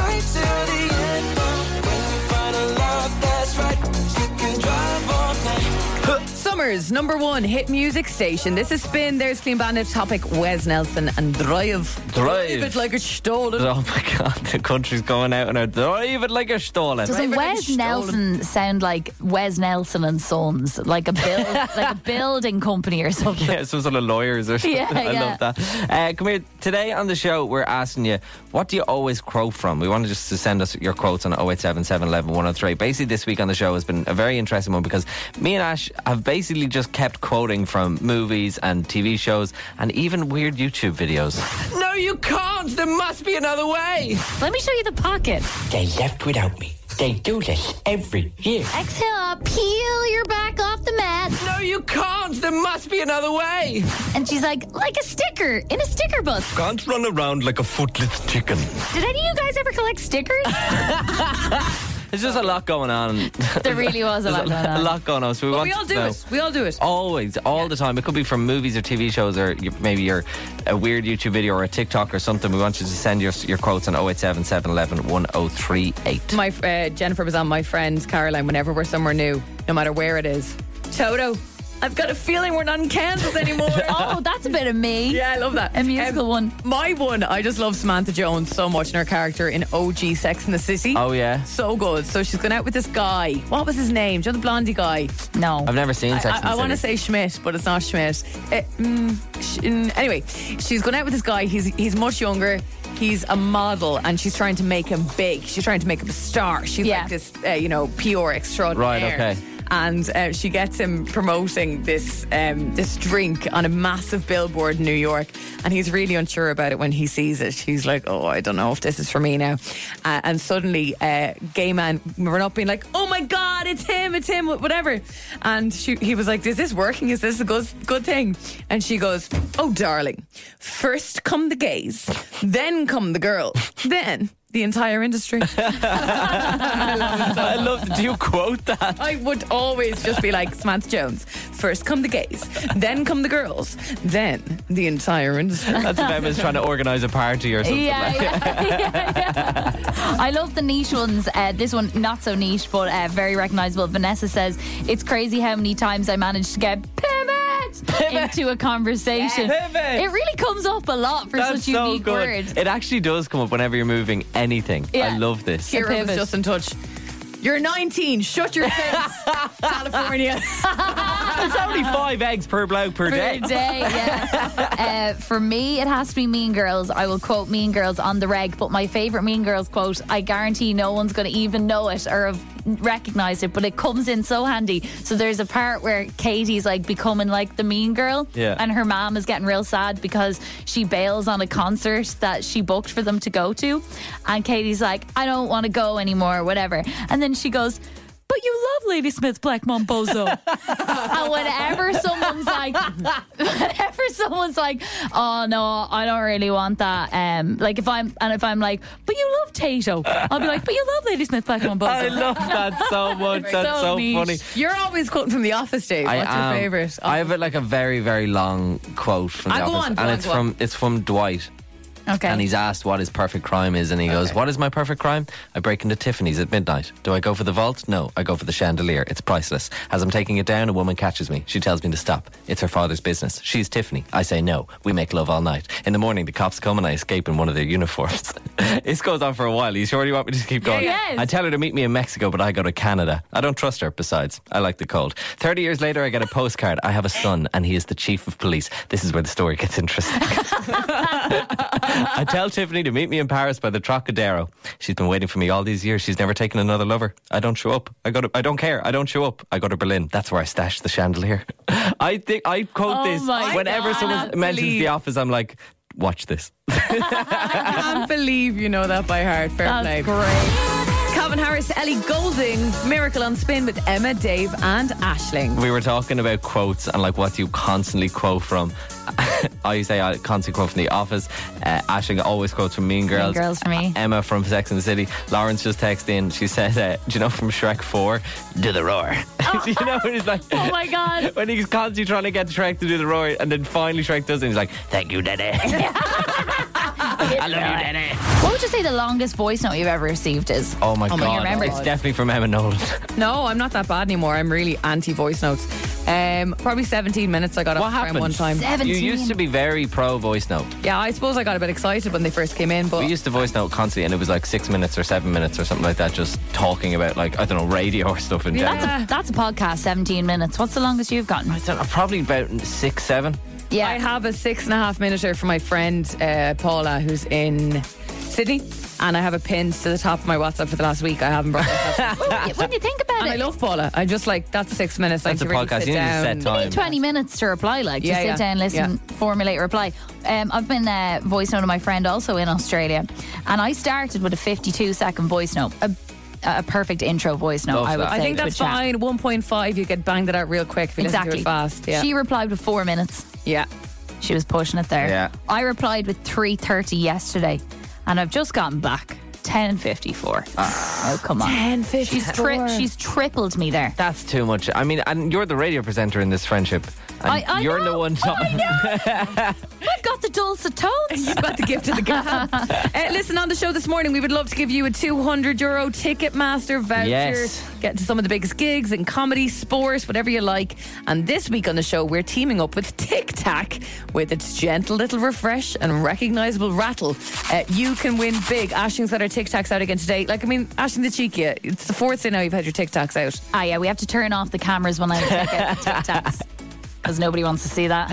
Speaker 13: Right till the end. When you find a love that's right, you can drive all night.
Speaker 5: Summers, number one hit music station. This is Spin. There's Clean Bandit. Topic Wes Nelson and Drive.
Speaker 4: Drive.
Speaker 5: it like it's stolen.
Speaker 4: Oh my god, the country's going out and out. Drive it like a stolen.
Speaker 3: Doesn't Wes Nelson sound like Wes Nelson and Sons, like a build, like a building company or something?
Speaker 4: Yeah, some sort of lawyers or something.
Speaker 3: Yeah,
Speaker 4: I
Speaker 3: yeah.
Speaker 4: love that. Uh, come here. Today on the show, we're asking you, what do you always quote from? We wanted just to send us your quotes on 0877 11 103. Basically, this week on the show has been a very interesting one because me and Ash have basically just kept quoting from movies and TV shows and even weird YouTube videos.
Speaker 13: No, you can't. There must be another way.
Speaker 3: Let me show you the pocket.
Speaker 1: They left without me. They do this every year.
Speaker 3: Exhale, out, peel your back off the mat.
Speaker 13: No, you can't. There must be another way.
Speaker 3: And she's like, like a sticker in a sticker book.
Speaker 1: Can't run around like a footless chicken.
Speaker 3: Did any of you guys ever collect stickers?
Speaker 4: There's just a lot going on.
Speaker 3: There really was a lot
Speaker 4: There's
Speaker 3: going on.
Speaker 4: A lot going on. So we,
Speaker 5: But
Speaker 4: want
Speaker 5: we all
Speaker 4: you
Speaker 5: do
Speaker 4: to know.
Speaker 5: it. We all do
Speaker 4: Oh.
Speaker 5: it.
Speaker 4: Always, all the time. It could be from movies or TV shows or you, maybe your a weird YouTube video or a TikTok or something. We want you to send your, your quotes on 087 711 1038.
Speaker 5: My uh, Jennifer was on my friend Caroline. Whenever we're somewhere new, no matter where it is, Toto. I've got a feeling we're not in Kansas anymore.
Speaker 3: oh, that's a bit of me.
Speaker 5: Yeah, I love that. Um,
Speaker 3: A musical one.
Speaker 5: My one. I just love Samantha Jones so much and her character in OG Sex in the City.
Speaker 4: Oh, yeah.
Speaker 5: so good. So she's gone out with this guy. What was his name? Do you know the blondie guy?
Speaker 3: No.
Speaker 4: I've never seen Sex
Speaker 5: I,
Speaker 4: and the
Speaker 5: I, I want to
Speaker 4: City.
Speaker 5: say Schmidt, but it's not Schmidt. Uh, mm, sh- mm, anyway, she's gone out with this guy. He's he's much younger. He's a model, and she's trying to make him big. She's trying to make him a star. She's
Speaker 3: Yeah.
Speaker 5: like this, uh, you know, pure extraordinaire.
Speaker 4: Right, okay.
Speaker 5: And uh, she gets him promoting this um, this drink on a massive billboard in New York, and he's really unsure about it when he sees it. He's like, "Oh, I don't know if this is for me now." Uh, and suddenly, uh, gay man ran up being like, "Oh my God, it's him! It's him! wh- Whatever!" And she, he was like, "Is this working? Is this a good good thing?" And she goes, "Oh, darling, first come the gays, then come the girls, then." The entire industry.
Speaker 4: I love, do you quote that?
Speaker 5: I would always just be like Samantha Jones. First come the gays, then come the girls, then the entire industry.
Speaker 4: That's if Emma's trying to organise a party or something.
Speaker 3: Yeah,
Speaker 4: like that.
Speaker 3: yeah, yeah, yeah. I love the niche ones. Uh, this one, not so niche, but uh, very recognizable. Vanessa says, It's crazy how many times I managed to get pivot, into a conversation.
Speaker 4: Pivot.
Speaker 3: It really comes up a lot for
Speaker 4: That's
Speaker 3: such
Speaker 4: so
Speaker 3: unique
Speaker 4: good.
Speaker 3: words.
Speaker 4: It actually does come up whenever you're moving anything.
Speaker 3: Yeah.
Speaker 4: I love this.
Speaker 5: Kira was
Speaker 3: pivot.
Speaker 5: just in touch. You're 19. Shut your face, California.
Speaker 4: It's only five eggs per bloke per day.
Speaker 3: For a day, yeah. uh, for me, it has to be Mean Girls. I will quote Mean Girls on the reg, but my favourite Mean Girls quote, I guarantee no one's going to even know it or have recognised it, but it comes in so handy. So there's a part where Katie's like becoming like the Mean Girl,
Speaker 4: Yeah.
Speaker 3: and her mom is getting real sad because she bails on a concert that she booked for them to go to. And Katie's like, I don't want to go anymore, or whatever. And then she goes, but you love Lady Smith's Black Mom Bozo. and whenever someone's like, whenever someone's like, oh no, I don't really want that. Um, like if I'm and if I'm like, but you love Tato, I'll be like, but you love Lady Smith Black Mom
Speaker 4: I
Speaker 3: Bozo.
Speaker 4: love that so much. That's so,
Speaker 3: niche.
Speaker 4: funny.
Speaker 5: You're always quoting from The Office, Dave.
Speaker 4: I
Speaker 5: What's
Speaker 4: am-
Speaker 5: your favourite?
Speaker 4: I have like a very very long quote from
Speaker 5: Ah,
Speaker 4: the
Speaker 5: go
Speaker 4: office,
Speaker 5: on, go
Speaker 4: and
Speaker 5: on,
Speaker 4: it's
Speaker 5: go on.
Speaker 4: from it's from Dwight.
Speaker 3: Okay.
Speaker 4: And he's asked what his perfect crime is, and he goes, "What is my perfect crime? I break into Tiffany's at midnight. Do I go for the vault? No, I go for the chandelier. It's priceless. As I'm taking it down, a woman catches me. She tells me to stop. It's her father's business. She's Tiffany. I say no. We make love all night. In the morning, the cops come, and I escape in one of their uniforms. this goes on for a while. Are you sure you want me to just keep going?
Speaker 3: Yes.
Speaker 4: I tell her to meet me in Mexico, but I go to Canada. I don't trust her. Besides, I like the cold. Thirty years later, I get a postcard. I have a son, and he is the chief of police. This is where the story gets interesting. I tell Tiffany to meet me in Paris by the Trocadero. She's been waiting for me all these years. She's never taken another lover. I don't show up. I go to, I don't care. I don't show up. I go to Berlin. That's where I stash the chandelier. I think I quote
Speaker 3: Oh
Speaker 4: this
Speaker 3: my
Speaker 4: whenever
Speaker 3: God. I
Speaker 4: someone
Speaker 5: cannot
Speaker 4: mentions
Speaker 5: believe-
Speaker 4: the office. I'm like, watch this.
Speaker 5: I can't believe you know that by heart. Fair play.
Speaker 3: That's great.
Speaker 5: Calvin Harris, Ellie Golding, Miracle on Spin with Emma, Dave, and Ashling.
Speaker 4: We were talking about quotes and like what do you constantly quote from. I say I constantly quote from The Office. Uh, Ashling always quotes from Mean Girls. Uh,
Speaker 3: Girls for me.
Speaker 4: Emma from Sex and the City. Lawrence just texted in. She said, uh, "Do you know from Shrek Four? Do the roar." do you know when he's like,
Speaker 3: Oh my god.
Speaker 4: when he's constantly trying to get Shrek to do the roar, and then finally Shrek does it. And he's like, "Thank you, Daddy. I love you, Daddy."
Speaker 3: What would you say the longest voice note you've ever received is?
Speaker 4: Oh my
Speaker 5: Oh my
Speaker 4: god!
Speaker 5: God.
Speaker 4: It's definitely from Emma Nolan.
Speaker 5: No, I'm not that bad anymore. I'm really anti voice notes. Um, probably 17 minutes I got
Speaker 4: what
Speaker 5: off the
Speaker 4: happened?
Speaker 5: phone one time.
Speaker 4: You
Speaker 3: 17.
Speaker 4: used to be very pro voice note.
Speaker 5: Yeah, I suppose I got a bit excited when they first came in, but
Speaker 4: We used to voice note constantly, and it was like six minutes or seven minutes or something like that, just talking about like I don't know radio or stuff in general.
Speaker 3: That's a, that's a podcast, 17 minutes. What's the longest you've gotten?
Speaker 4: I don't know, probably about six, seven.
Speaker 3: Yeah.
Speaker 5: I have a six and a half minuter for my friend uh, Paula, who's in Sydney, and I have it pinned to the top of my WhatsApp for the last week. I haven't brought it up.
Speaker 3: when you think about
Speaker 5: And I
Speaker 3: it,
Speaker 5: love Paula. I'm just like, that's six minutes. I
Speaker 4: That's
Speaker 5: need
Speaker 4: a
Speaker 5: to really
Speaker 4: podcast.
Speaker 5: sit
Speaker 4: You need to set
Speaker 5: down.
Speaker 4: time.
Speaker 3: You need 20 minutes to reply, like,
Speaker 5: Yeah,
Speaker 3: just
Speaker 5: yeah.
Speaker 3: sit down, listen, formulate a reply. Um, I've been uh, voice note of my friend also in Australia, and I started with a 52 second voice note, a, a perfect intro voice note,
Speaker 4: Love
Speaker 3: I would
Speaker 4: that.
Speaker 3: say.
Speaker 5: I think
Speaker 3: to a
Speaker 5: that's
Speaker 3: chat.
Speaker 5: fine. 1.5, you get banged it out real quick if you
Speaker 3: Exactly.
Speaker 5: listen to it fast. Yeah.
Speaker 3: She replied with four minutes.
Speaker 5: yeah.
Speaker 3: She was pushing it there.
Speaker 4: Yeah.
Speaker 3: I replied with 3.30 yesterday, and I've just gotten back. 10.54.
Speaker 5: Ah.
Speaker 3: oh, come on.
Speaker 5: 10.54.
Speaker 3: She's, tri- she's tripled me there.
Speaker 4: That's too much. I mean, and you're the radio presenter in this friendship. And
Speaker 3: I- I
Speaker 4: you're the one talking.
Speaker 3: I've got the dulcet tones.
Speaker 5: You've got the gift of the gab. uh, listen, on the show this morning, we would love to give you a 200 euro Ticketmaster voucher.
Speaker 4: Yes.
Speaker 5: Get to some of the biggest gigs in comedy, sports, whatever you like. And this week on the show, we're teaming up with Tic Tac with its gentle little refresh and recognizable rattle. Uh, you can win big. Ashing's got her Tic Tacs out again today. Like, I mean, Ashing the cheeky. It's the fourth day now you've had your Tic Tacs out.
Speaker 3: Ah, yeah, we have to turn off the cameras when I check out the Tic Tacs. Because nobody wants to see that.